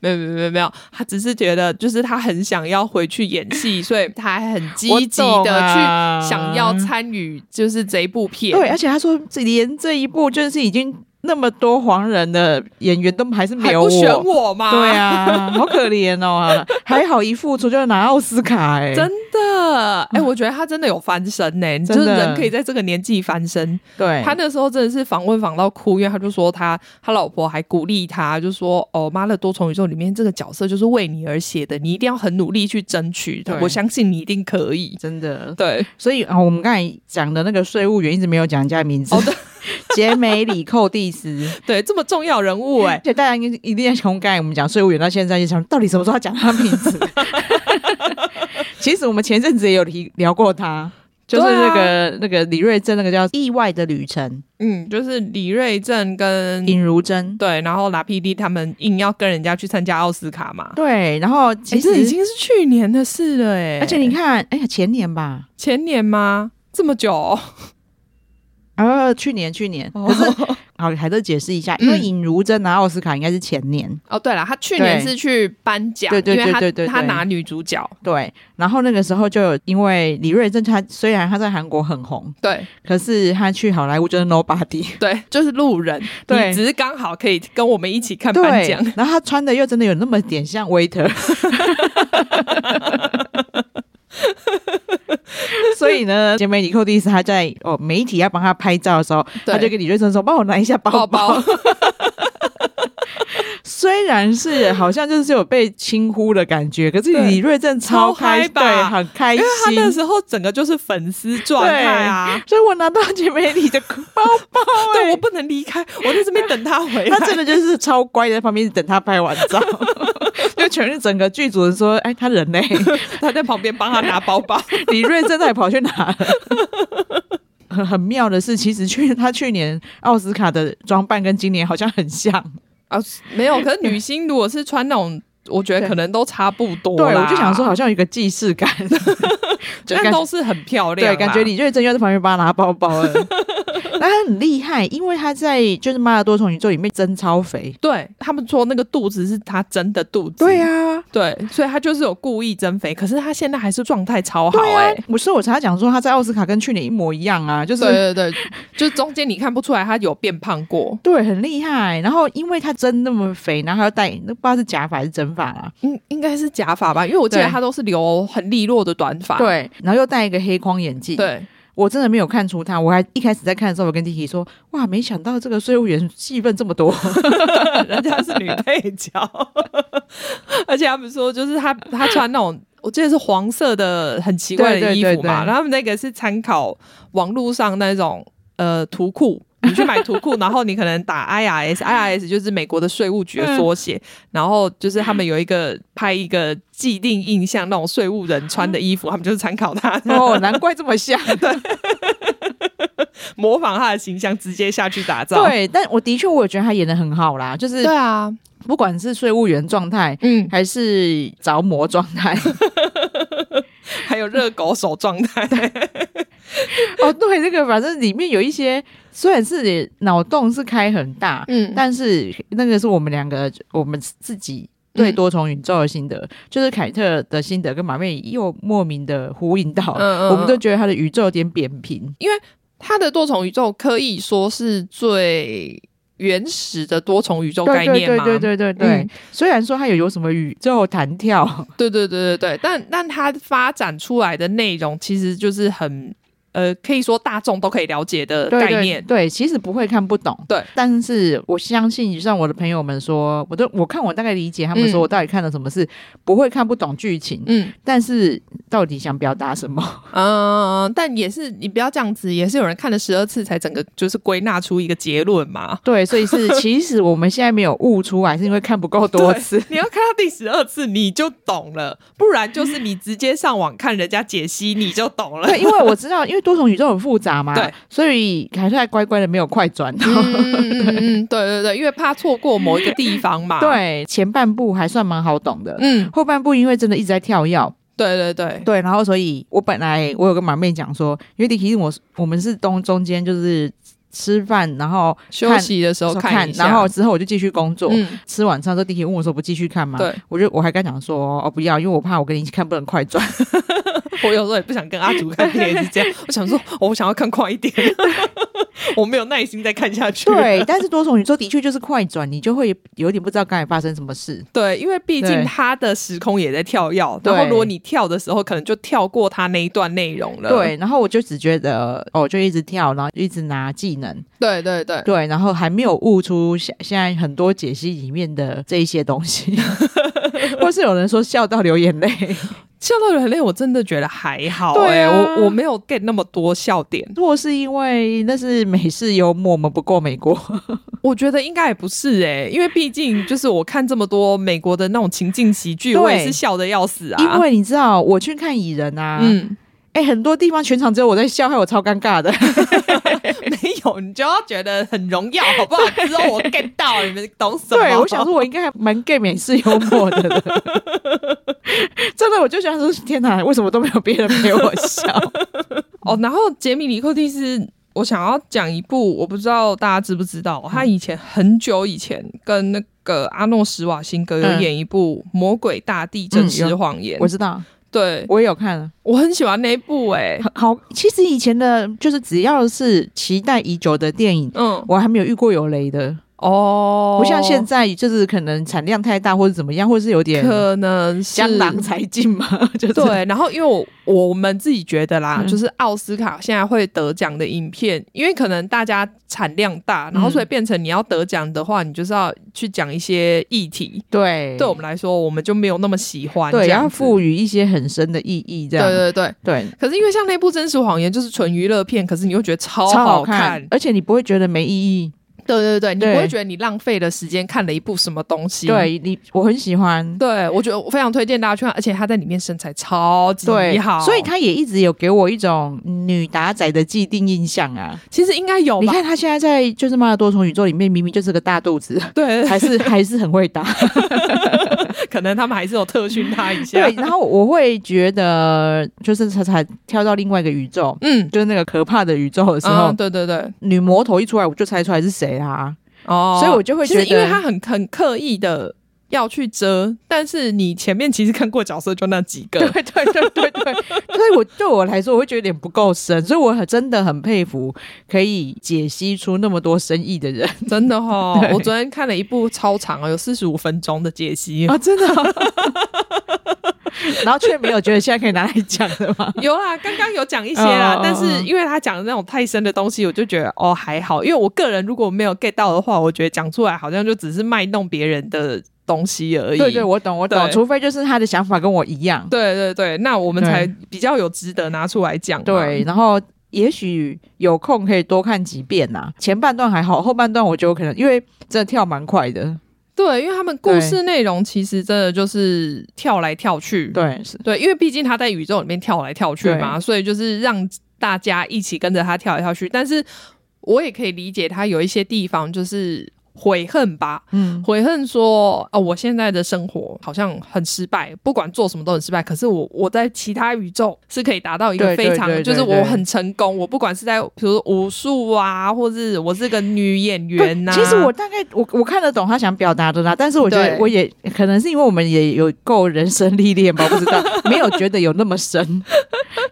[SPEAKER 2] 没有没有没有没有，他只是觉得就是他很想要回去演戏，所以他还很积极
[SPEAKER 1] 我
[SPEAKER 2] 的
[SPEAKER 1] 懂啊
[SPEAKER 2] 去想要参与就是这一部片。
[SPEAKER 1] 对，而且他说这连这一部就是已经那么多黄人的演员都还是没
[SPEAKER 2] 还
[SPEAKER 1] 有
[SPEAKER 2] 不选我吗？
[SPEAKER 1] 对，啊，好可怜哦、啊！还好一付出就拿奥斯卡哎、
[SPEAKER 2] *laughs* 真的，哎、我觉得他真的有翻身呢、你
[SPEAKER 1] 真
[SPEAKER 2] 就
[SPEAKER 1] 的
[SPEAKER 2] 是人可以在这个年纪翻身。
[SPEAKER 1] 对，
[SPEAKER 2] 他那时候真的是访问访到哭，因为他就说他他老婆还鼓励他，就说哦，妈的多重宇宙里面这个角色就是为你而写的，你一定要很努力去争取
[SPEAKER 1] 对，
[SPEAKER 2] 我相信你一定可以。
[SPEAKER 1] 真的，
[SPEAKER 2] 对，
[SPEAKER 1] 所以啊、我们刚才讲的那个税务员一直没有讲人家的名字，
[SPEAKER 2] 哦对
[SPEAKER 1] *laughs* 杰梅里寇蒂斯。
[SPEAKER 2] 对，这么重要人物哎、
[SPEAKER 1] 而且大家应该一定要从刚才我们讲税务员到现在，就想到底什么时候要讲他名
[SPEAKER 2] *laughs*
[SPEAKER 1] 字？其实我们前阵子也有提聊过他，就是
[SPEAKER 2] 对啊
[SPEAKER 1] 那个、那个李瑞珍那个叫《意外的旅程
[SPEAKER 2] 嗯，就是李瑞镇》，跟
[SPEAKER 1] 尹如珍。
[SPEAKER 2] 对，然后拿 PD 他们硬要跟人家去参加奥斯卡嘛，
[SPEAKER 1] 对，然后其
[SPEAKER 2] 其
[SPEAKER 1] 实、
[SPEAKER 2] 实哎已经是去年的事了哎，
[SPEAKER 1] 而且你看，哎呀，前年吧，
[SPEAKER 2] 前年吗？这么久哦、
[SPEAKER 1] 啊，去年去年，可是好，还是解释一下，因为
[SPEAKER 2] 哦嗯
[SPEAKER 1] 尹如珍拿奥斯卡应该是前年，
[SPEAKER 2] *laughs* 哦，对了，他去年
[SPEAKER 1] 对
[SPEAKER 2] 是去颁奖，
[SPEAKER 1] 对对
[SPEAKER 2] 因为他
[SPEAKER 1] 对对对对
[SPEAKER 2] 他拿女主角，
[SPEAKER 1] 对，然后那个时候就有因为李瑞珍她虽然她在韩国很红，
[SPEAKER 2] 对
[SPEAKER 1] 可是她去好莱坞就是
[SPEAKER 2] *laughs*
[SPEAKER 1] nobody，
[SPEAKER 2] 对，就是路人，
[SPEAKER 1] 对
[SPEAKER 2] 你只是刚好可以跟我们一起看颁
[SPEAKER 1] 对
[SPEAKER 2] 奖，，
[SPEAKER 1] *laughs* 然后她穿的又真的有那么点像 waiter，所以呢，姐妹尼寇蒂斯她在哦媒体要帮她拍照的时候，
[SPEAKER 2] 对
[SPEAKER 1] 她就跟李瑞珍说：“帮我拿一下包
[SPEAKER 2] 包
[SPEAKER 1] 包。
[SPEAKER 2] 包，
[SPEAKER 1] 虽然是好像就是有被轻忽的感觉，可是
[SPEAKER 2] 对
[SPEAKER 1] 李瑞珍超
[SPEAKER 2] 超嗨
[SPEAKER 1] 开
[SPEAKER 2] 吧
[SPEAKER 1] 对，很开
[SPEAKER 2] *laughs* 因
[SPEAKER 1] 心
[SPEAKER 2] 为。他那时候整个就是粉丝状态啊。
[SPEAKER 1] 所以我拿到姐妹里的 *laughs* 包包、
[SPEAKER 2] *laughs* 对，
[SPEAKER 1] 哎
[SPEAKER 2] 我不能离开，我在这边等他回
[SPEAKER 1] *laughs*
[SPEAKER 2] 来
[SPEAKER 1] 他。真的就是超乖的，在旁边等他拍完照， *laughs* 就全是整个剧组人说：“哎，他人呢？ *laughs*
[SPEAKER 2] 他在旁边帮他拿包包。
[SPEAKER 1] 李瑞珍还跑去哪了？” *laughs* 很很妙的是，其实去他去年奥斯卡的装扮跟今年好像很像。
[SPEAKER 2] 啊，没有。可是女星如果是穿那种，我觉得
[SPEAKER 1] 对
[SPEAKER 2] 可能都差不多
[SPEAKER 1] 对，
[SPEAKER 2] 啦
[SPEAKER 1] 我就想说，好，像有一个既视 *laughs* 感，就
[SPEAKER 2] 但
[SPEAKER 1] 感
[SPEAKER 2] 都是很漂亮啦。
[SPEAKER 1] 对，感觉李瑞珍又在旁边帮他拿包包了。 *laughs* 那他很厉害，因为他在就是《妈的多重宇宙》里面真超肥。
[SPEAKER 2] 对他们说那个肚子是她真的肚子。
[SPEAKER 1] 对、啊，
[SPEAKER 2] 对，所以她就是有故意增肥，可是她现在还是状态超好
[SPEAKER 1] 对
[SPEAKER 2] 哎、
[SPEAKER 1] 啊，我所以我才讲说他在奥斯卡跟去年一模一样啊，就是
[SPEAKER 2] 对对对，就是中间你看不出来她有变胖过，
[SPEAKER 1] 对很厉害。然后因为他真那么肥，然后还要戴那不知道是假发还是真发啊啦，
[SPEAKER 2] 应应该是假发吧？因为我记得
[SPEAKER 1] 对
[SPEAKER 2] 她都是留很利落的短发。
[SPEAKER 1] 对，然后又戴一个黑框眼镜，，
[SPEAKER 2] 对，
[SPEAKER 1] 我真的没有看出他，我还一开始在看的时候，我跟 Tiki 说，哇，没想到这个税务员戏份这么
[SPEAKER 2] *laughs*
[SPEAKER 1] 多，
[SPEAKER 2] 人家是女配角， *laughs* 而且他们说就是她她穿那种。我记得是黄色的很奇怪的
[SPEAKER 1] 对对
[SPEAKER 2] 衣服嘛，
[SPEAKER 1] 对对
[SPEAKER 2] 然后他们那个是参考网络上那种呃图库，你去买图库，然后你可能打 IRS，IRS 就是美国的税务局
[SPEAKER 1] 嗯
[SPEAKER 2] 的缩写，然后就是他们有一个拍一个既定印象那种税务人穿的衣服，他们就是参考他的，
[SPEAKER 1] 哦，难怪这么像。
[SPEAKER 2] *laughs* 模仿他的形象，直接下去打造。
[SPEAKER 1] 对，但我的确我也觉得他演的很好啦，就是
[SPEAKER 2] 对啊，
[SPEAKER 1] 不管是税务员状态。
[SPEAKER 2] 嗯，
[SPEAKER 1] 还是着魔状
[SPEAKER 2] *laughs*
[SPEAKER 1] 态
[SPEAKER 2] 还有热狗手状态，
[SPEAKER 1] 哦，对，这个反正里面有一些，虽然是脑洞是开很大，
[SPEAKER 2] 嗯
[SPEAKER 1] 但是那个是我们两个我们自己对
[SPEAKER 2] 嗯
[SPEAKER 1] 多重宇宙的心得，就是凯特的心得跟马妹又莫名的呼应到，
[SPEAKER 2] 嗯嗯
[SPEAKER 1] 我们都觉得他的宇宙有点扁平。
[SPEAKER 2] 它的多重宇宙可以说是最原始的多重宇宙概
[SPEAKER 1] 对对
[SPEAKER 2] 念
[SPEAKER 1] 对
[SPEAKER 2] 嘛？
[SPEAKER 1] 对对对对，
[SPEAKER 2] 嗯
[SPEAKER 1] 虽然说他有有什么宇宙弹跳，
[SPEAKER 2] 对对对对对但但它发展出来的内容其实就是很呃，可以说大众都可以了解的
[SPEAKER 1] 对
[SPEAKER 2] 概
[SPEAKER 1] 对
[SPEAKER 2] 念。
[SPEAKER 1] 对，其实不会看不懂，
[SPEAKER 2] 对，
[SPEAKER 1] 但是我相信像我的朋友们说，我都我看我大概理解他们说
[SPEAKER 2] 嗯
[SPEAKER 1] 我到底看了什么事，不会看不懂剧情，
[SPEAKER 2] 嗯
[SPEAKER 1] 但是到底想表达什么？
[SPEAKER 2] 嗯、呃但也是你不要这样子，也是有人看了十二次才整个就是归纳出一个结论嘛。
[SPEAKER 1] 对，所以是其实我们现在没有悟出来，是因为看不够多次。
[SPEAKER 2] 你要看到第十二次你就懂了，不然就是你直接上网看人家解析你就懂了。
[SPEAKER 1] 对，因为我知道，因为多重宇宙很复杂嘛，
[SPEAKER 2] 对，
[SPEAKER 1] 所以凯特还乖乖的没有快转。
[SPEAKER 2] 嗯嗯嗯嗯，对对对，因为怕错过某一个地方嘛。，
[SPEAKER 1] 对，前半部还算蛮好懂的，
[SPEAKER 2] 啊嗯，
[SPEAKER 1] 后半部因为真的一直在跳药，
[SPEAKER 2] 对对对，
[SPEAKER 1] 对，然后所以我本来我有跟马妹讲说，因为迪奇我我们是中中间就是吃饭，然后
[SPEAKER 2] 休
[SPEAKER 1] 看
[SPEAKER 2] 息的时候看
[SPEAKER 1] 看，
[SPEAKER 2] 一下，
[SPEAKER 1] 然后之后我就继续工作。
[SPEAKER 2] 嗯，
[SPEAKER 1] 吃晚餐之后，迪奇问我说：“不继续看吗？”
[SPEAKER 2] 对，
[SPEAKER 1] 我就我还跟他讲说：“哦，不要，因为我怕我跟你一起看不能快转。”
[SPEAKER 2] *laughs* 我有时候也不想跟阿竹看电影，是这样，我想 *laughs* 说，哦我想要看快一点， *laughs* 我没有耐心再看下去。
[SPEAKER 1] 对，但是多重宇宙的确就是快转，你就会有点不知道刚才发生什么事。
[SPEAKER 2] 对，因为毕
[SPEAKER 1] 对
[SPEAKER 2] 竟他的时空也在跳跃，然后
[SPEAKER 1] 对
[SPEAKER 2] 如果你跳的时候，可能就跳过他那一段内容了。
[SPEAKER 1] 对，然后我就只觉得哦，就一直跳，然后一直拿技能，
[SPEAKER 2] 对对对，
[SPEAKER 1] 对，然后还没有悟出现现在很多解析里面的这一些东西，或是有人说笑到流眼泪，
[SPEAKER 2] 笑到人类，我真的觉得还好、
[SPEAKER 1] 对
[SPEAKER 2] 欸。
[SPEAKER 1] 啊
[SPEAKER 2] 我我没有 get 那么多笑点，
[SPEAKER 1] 或是因为那是美式幽默，我们不够美国，
[SPEAKER 2] 我觉得应该也不是哎、因为毕竟就是我看这么多美国的那种情境喜剧，
[SPEAKER 1] 对
[SPEAKER 2] 我也是笑的要死啊。
[SPEAKER 1] 因为你知道我去看蚁人啊，哎、
[SPEAKER 2] 嗯，
[SPEAKER 1] 很多地方全场只有我在笑，害我超尴尬的。
[SPEAKER 2] *laughs* 没有，你就要觉得很荣耀，好 *laughs* 不好？之后我 get 到你们懂什么？
[SPEAKER 1] 对，我
[SPEAKER 2] *laughs*
[SPEAKER 1] 想说，我应该还蛮 gay 美式幽默的了。真的，我就
[SPEAKER 2] *laughs*
[SPEAKER 1] 想说，天哪，为什么都没有别人陪我笑？
[SPEAKER 2] 哦，然后杰米·尼寇蒂斯我想要讲一部，我不知道大家知不知道，他以前很久以前跟那个阿诺·施瓦辛格有
[SPEAKER 1] 嗯
[SPEAKER 2] 演一部《魔鬼大地真实谎言》
[SPEAKER 1] 我知道，
[SPEAKER 2] 对
[SPEAKER 1] 我也有看了。啊
[SPEAKER 2] 我很喜欢那一部、欸，哎，
[SPEAKER 1] 好，其实以前的，就是只要是期待已久的电影，
[SPEAKER 2] *laughs* 嗯，
[SPEAKER 1] 我还没有遇过有雷的，
[SPEAKER 2] 哦，
[SPEAKER 1] 不像现在就是可能产量太大或者怎么样，或者是有点
[SPEAKER 2] 可能是
[SPEAKER 1] 江郎才尽嘛， *laughs* 就是
[SPEAKER 2] 对，然后因为我我们自己觉得啦，
[SPEAKER 1] 嗯
[SPEAKER 2] 就是奥斯卡现在会得奖的影片，因为可能大家产量大，然后
[SPEAKER 1] 嗯
[SPEAKER 2] 所以变成你要得奖的话，你就是要去讲一些议题。
[SPEAKER 1] 对
[SPEAKER 2] 对我们来说，我们就没有那么喜欢
[SPEAKER 1] 嗯
[SPEAKER 2] 这
[SPEAKER 1] 对，
[SPEAKER 2] 样
[SPEAKER 1] 要
[SPEAKER 2] 子。
[SPEAKER 1] 赋予一些很深的意义，这
[SPEAKER 2] 对
[SPEAKER 1] 样
[SPEAKER 2] 对对。
[SPEAKER 1] 对
[SPEAKER 2] 可是因为像那部《真实谎言》就是纯娱乐片，可是你又觉得超
[SPEAKER 1] 超
[SPEAKER 2] 哦好
[SPEAKER 1] 好看，而且你不会觉得没意义。
[SPEAKER 2] 对对对，你
[SPEAKER 1] 对
[SPEAKER 2] 不会觉得你浪费了时间看了一部什么东西。
[SPEAKER 1] 对你，我很喜欢。
[SPEAKER 2] 对，我觉得我非常推荐大家去看，而且他在里面身材超级
[SPEAKER 1] 对，
[SPEAKER 2] 好，
[SPEAKER 1] 所以她也一直有给我一种女打仔的既定印象啊。
[SPEAKER 2] 其实应该有
[SPEAKER 1] 你
[SPEAKER 2] 吧？
[SPEAKER 1] 看她现在在就是《妈的多重宇宙》里面，明明就是个大肚子，*laughs*
[SPEAKER 2] 对，
[SPEAKER 1] 还是还是很会打。
[SPEAKER 2] 可能他们还是有特训他一
[SPEAKER 1] *laughs*
[SPEAKER 2] 下
[SPEAKER 1] 对，。然后我会觉得，就是才才跳到另外一个宇宙，
[SPEAKER 2] 嗯，
[SPEAKER 1] 就是那个可怕的宇宙的时候，
[SPEAKER 2] 啊对对对，
[SPEAKER 1] 女魔头一出来，我就猜出来是谁啊啦。
[SPEAKER 2] 哦
[SPEAKER 1] 所以我就会觉得
[SPEAKER 2] 其实因为他很很刻意的要去遮，但是你前面其实看过角色就那几个，
[SPEAKER 1] *laughs* 对对对对对， *laughs* 所以我对我来说，我会觉得有点不够深，所以我很真的很佩服可以解析出那么多深意的人
[SPEAKER 2] 真的 *laughs* 哈
[SPEAKER 1] 对
[SPEAKER 2] 我昨天看了一部超长哦，有四十五分哦钟的解析。
[SPEAKER 1] 啊，真的、 *laughs* 然后却没有觉得现在可以拿来讲的嘛。
[SPEAKER 2] *laughs* 有啦，刚刚有讲一些啦
[SPEAKER 1] 嗯嗯嗯
[SPEAKER 2] 但是因为他讲的那种太深的东西，我就觉得哦还好，因为我个人如果没有 get 到的话，我觉得讲出来好像就只是卖弄别人的东西而已。
[SPEAKER 1] 对对，我懂我懂，
[SPEAKER 2] 对
[SPEAKER 1] 除非就是他的想法跟我一样。
[SPEAKER 2] 对对对，那我们
[SPEAKER 1] 对
[SPEAKER 2] 才比较有值得拿出来讲嘛。
[SPEAKER 1] 对，然后也许有空可以多看几遍呐、前半段还好，后半段我觉得我可能因为真的跳蛮快的，
[SPEAKER 2] 对，因为他们故事内容其实真的就是跳来跳去，
[SPEAKER 1] 对，是
[SPEAKER 2] 对因为毕竟他在宇宙里面跳来跳去嘛，所以就是让大家一起跟着他跳来跳去。但是我也可以理解他有一些地方就是悔恨吧，
[SPEAKER 1] 嗯，
[SPEAKER 2] 悔恨说哦，我现在的生活好像很失败，不管做什么都很失败。可是我我在其他宇宙是可以达到一个
[SPEAKER 1] 对
[SPEAKER 2] 非
[SPEAKER 1] 对
[SPEAKER 2] 常，
[SPEAKER 1] 对对
[SPEAKER 2] 就是
[SPEAKER 1] 对
[SPEAKER 2] 我很成功。我不管是在比如说武术啊，或是我是个女演
[SPEAKER 1] 对
[SPEAKER 2] 员呐、啊
[SPEAKER 1] 其实我大概我我看得懂他想表达的啦，但是我觉得
[SPEAKER 2] 对
[SPEAKER 1] 我也可能是因为我们也有够人生历练吧，我不知道，
[SPEAKER 2] *laughs*
[SPEAKER 1] 没有觉得有那么深。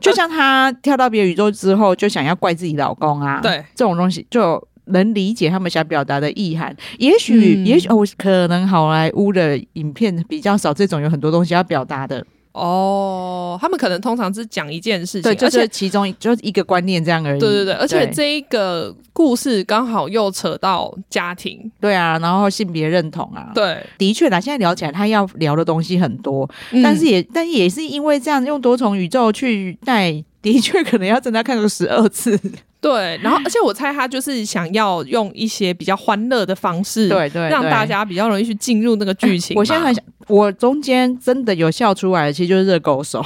[SPEAKER 1] 就像她跳到别的宇宙之后，就想要怪自己老公啊，
[SPEAKER 2] 对
[SPEAKER 1] 这种东西就。能理解他们想表达的意涵，也许、
[SPEAKER 2] 嗯
[SPEAKER 1] 也许哦，我可能好莱坞的影片比较少这种有很多东西要表达的，
[SPEAKER 2] 哦，他们可能通常是讲一件事情，
[SPEAKER 1] 对，就
[SPEAKER 2] 而
[SPEAKER 1] 是
[SPEAKER 2] 且
[SPEAKER 1] 其中一就是一个观念这样而已。
[SPEAKER 2] 对对对，而且
[SPEAKER 1] 对
[SPEAKER 2] 这一个故事刚好又扯到家庭，
[SPEAKER 1] 对啊，然后性别认同啊，，
[SPEAKER 2] 对，
[SPEAKER 1] 的确啦，现在聊起来他要聊的东西很多，
[SPEAKER 2] 嗯
[SPEAKER 1] 但是也但也是因为这样用多重宇宙去带，的确可能要真的要看个十二次。
[SPEAKER 2] 对，然后而且我猜他就是想要用一些比较欢乐的方式，
[SPEAKER 1] 对对
[SPEAKER 2] 让
[SPEAKER 1] 对
[SPEAKER 2] 大家比较容易去进入那个剧情嘛。
[SPEAKER 1] 我现在很想，我中间真的有笑出来的，其实就是热狗手。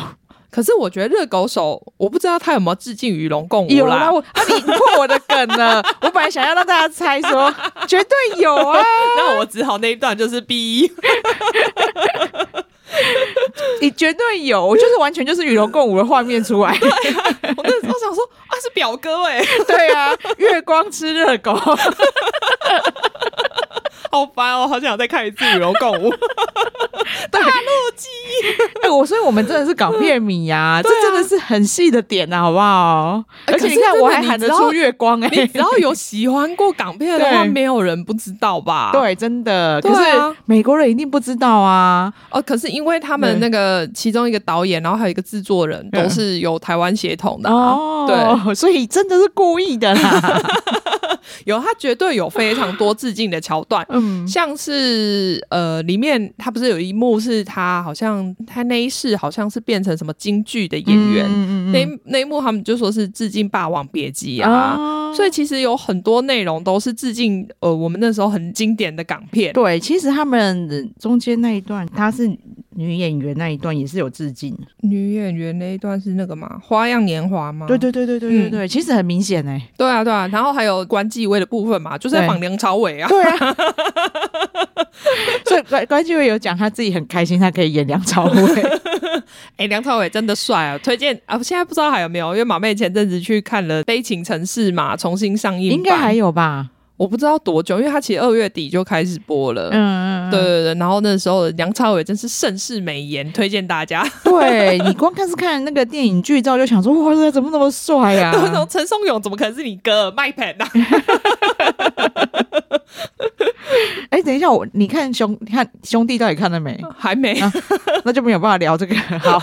[SPEAKER 2] 可是我觉得热狗手，我不知道他有没有致敬于龙共舞
[SPEAKER 1] 有
[SPEAKER 2] 啦
[SPEAKER 1] 啦，。
[SPEAKER 2] *laughs*
[SPEAKER 1] 我啊你你破我的梗了。我本来想要让大家猜
[SPEAKER 2] *laughs*
[SPEAKER 1] 说，绝对有啊，
[SPEAKER 2] 那我只好那一段就是
[SPEAKER 1] *laughs*
[SPEAKER 2] B，
[SPEAKER 1] 你绝对有，我就是完全就是与龙共舞的画面出
[SPEAKER 2] *laughs*
[SPEAKER 1] 来。
[SPEAKER 2] 我那时候想说啊是表哥哎、
[SPEAKER 1] 对啊，月光吃热狗。
[SPEAKER 2] 好烦哦，好想再看一
[SPEAKER 1] *laughs*
[SPEAKER 2] 次与龙共舞。
[SPEAKER 1] 哎、我所以我们真的是港片迷呀、这
[SPEAKER 2] 对啊
[SPEAKER 1] 真的是很细的点啊，好不好？
[SPEAKER 2] 哎
[SPEAKER 1] 而且
[SPEAKER 2] 可
[SPEAKER 1] 你
[SPEAKER 2] 是
[SPEAKER 1] 看，
[SPEAKER 2] 真的
[SPEAKER 1] 我还
[SPEAKER 2] 你
[SPEAKER 1] 喊得
[SPEAKER 2] 知道
[SPEAKER 1] 出月光哎、
[SPEAKER 2] 你只要有喜欢过港片的话，
[SPEAKER 1] 对
[SPEAKER 2] 没有人不知道吧？，
[SPEAKER 1] *laughs* 对，真的。
[SPEAKER 2] 对
[SPEAKER 1] 可
[SPEAKER 2] 啊
[SPEAKER 1] 是美国人一定不知道啊。
[SPEAKER 2] 哦，可是因为他们那
[SPEAKER 1] 对
[SPEAKER 2] 个其中一个导演，然后还有一个制作人，
[SPEAKER 1] 嗯
[SPEAKER 2] 都是有台湾血统的啊、
[SPEAKER 1] 哦，对，所以真的是故意的
[SPEAKER 2] *laughs*
[SPEAKER 1] 啦。
[SPEAKER 2] 有他绝对有非常多致敬的桥段。
[SPEAKER 1] 嗯，
[SPEAKER 2] 像是呃，里面他不是有一幕是他好像他那一世好像是变成什么京剧的演员，
[SPEAKER 1] 嗯
[SPEAKER 2] 那一那一幕他们就说是致敬《霸王别姬》啊，
[SPEAKER 1] 啊
[SPEAKER 2] 所以其实有很多内容都是致敬呃我们那时候很经典的港片。
[SPEAKER 1] 对，其实他们中间那一段，她是女演员那一段也是有致敬。
[SPEAKER 2] 女演员那一段是那个嘛，《花样年华》吗？
[SPEAKER 1] 对对对对对对对，其实很明显 *laughs* 哎、
[SPEAKER 2] 对啊对啊，然后还有关继威的部分嘛，就是在
[SPEAKER 1] 对
[SPEAKER 2] 仿梁朝伟啊。
[SPEAKER 1] 对啊， *laughs* 所以关关继伟有讲他自己很开心，他可以演梁朝伟。
[SPEAKER 2] 哎、梁朝伟真的帅啊！推荐啊，现在不知道还有没有，因为马妹前阵子去看了《悲情城市》嘛，重新上映版，
[SPEAKER 1] 应该还有吧？
[SPEAKER 2] 我不知道多久，因为他其实二月底就开始播了。
[SPEAKER 1] 嗯嗯，嗯
[SPEAKER 2] 对对对，然后那时候梁朝伟真是盛世美颜，推荐大
[SPEAKER 1] *laughs*
[SPEAKER 2] 家。
[SPEAKER 1] 对你光看是看那个电影剧照就想说，哇，这怎么那么帅啊 *laughs* 呀、
[SPEAKER 2] 然后哦陈松勇怎么可能是你哥？麦盆呐、
[SPEAKER 1] 嗯
[SPEAKER 2] 啊，
[SPEAKER 1] 哎、等一下，我你看兄看兄弟到底看了 *laughs* 没？
[SPEAKER 2] 还没。
[SPEAKER 1] 啊那就没有办法聊这个。 *laughs* 好，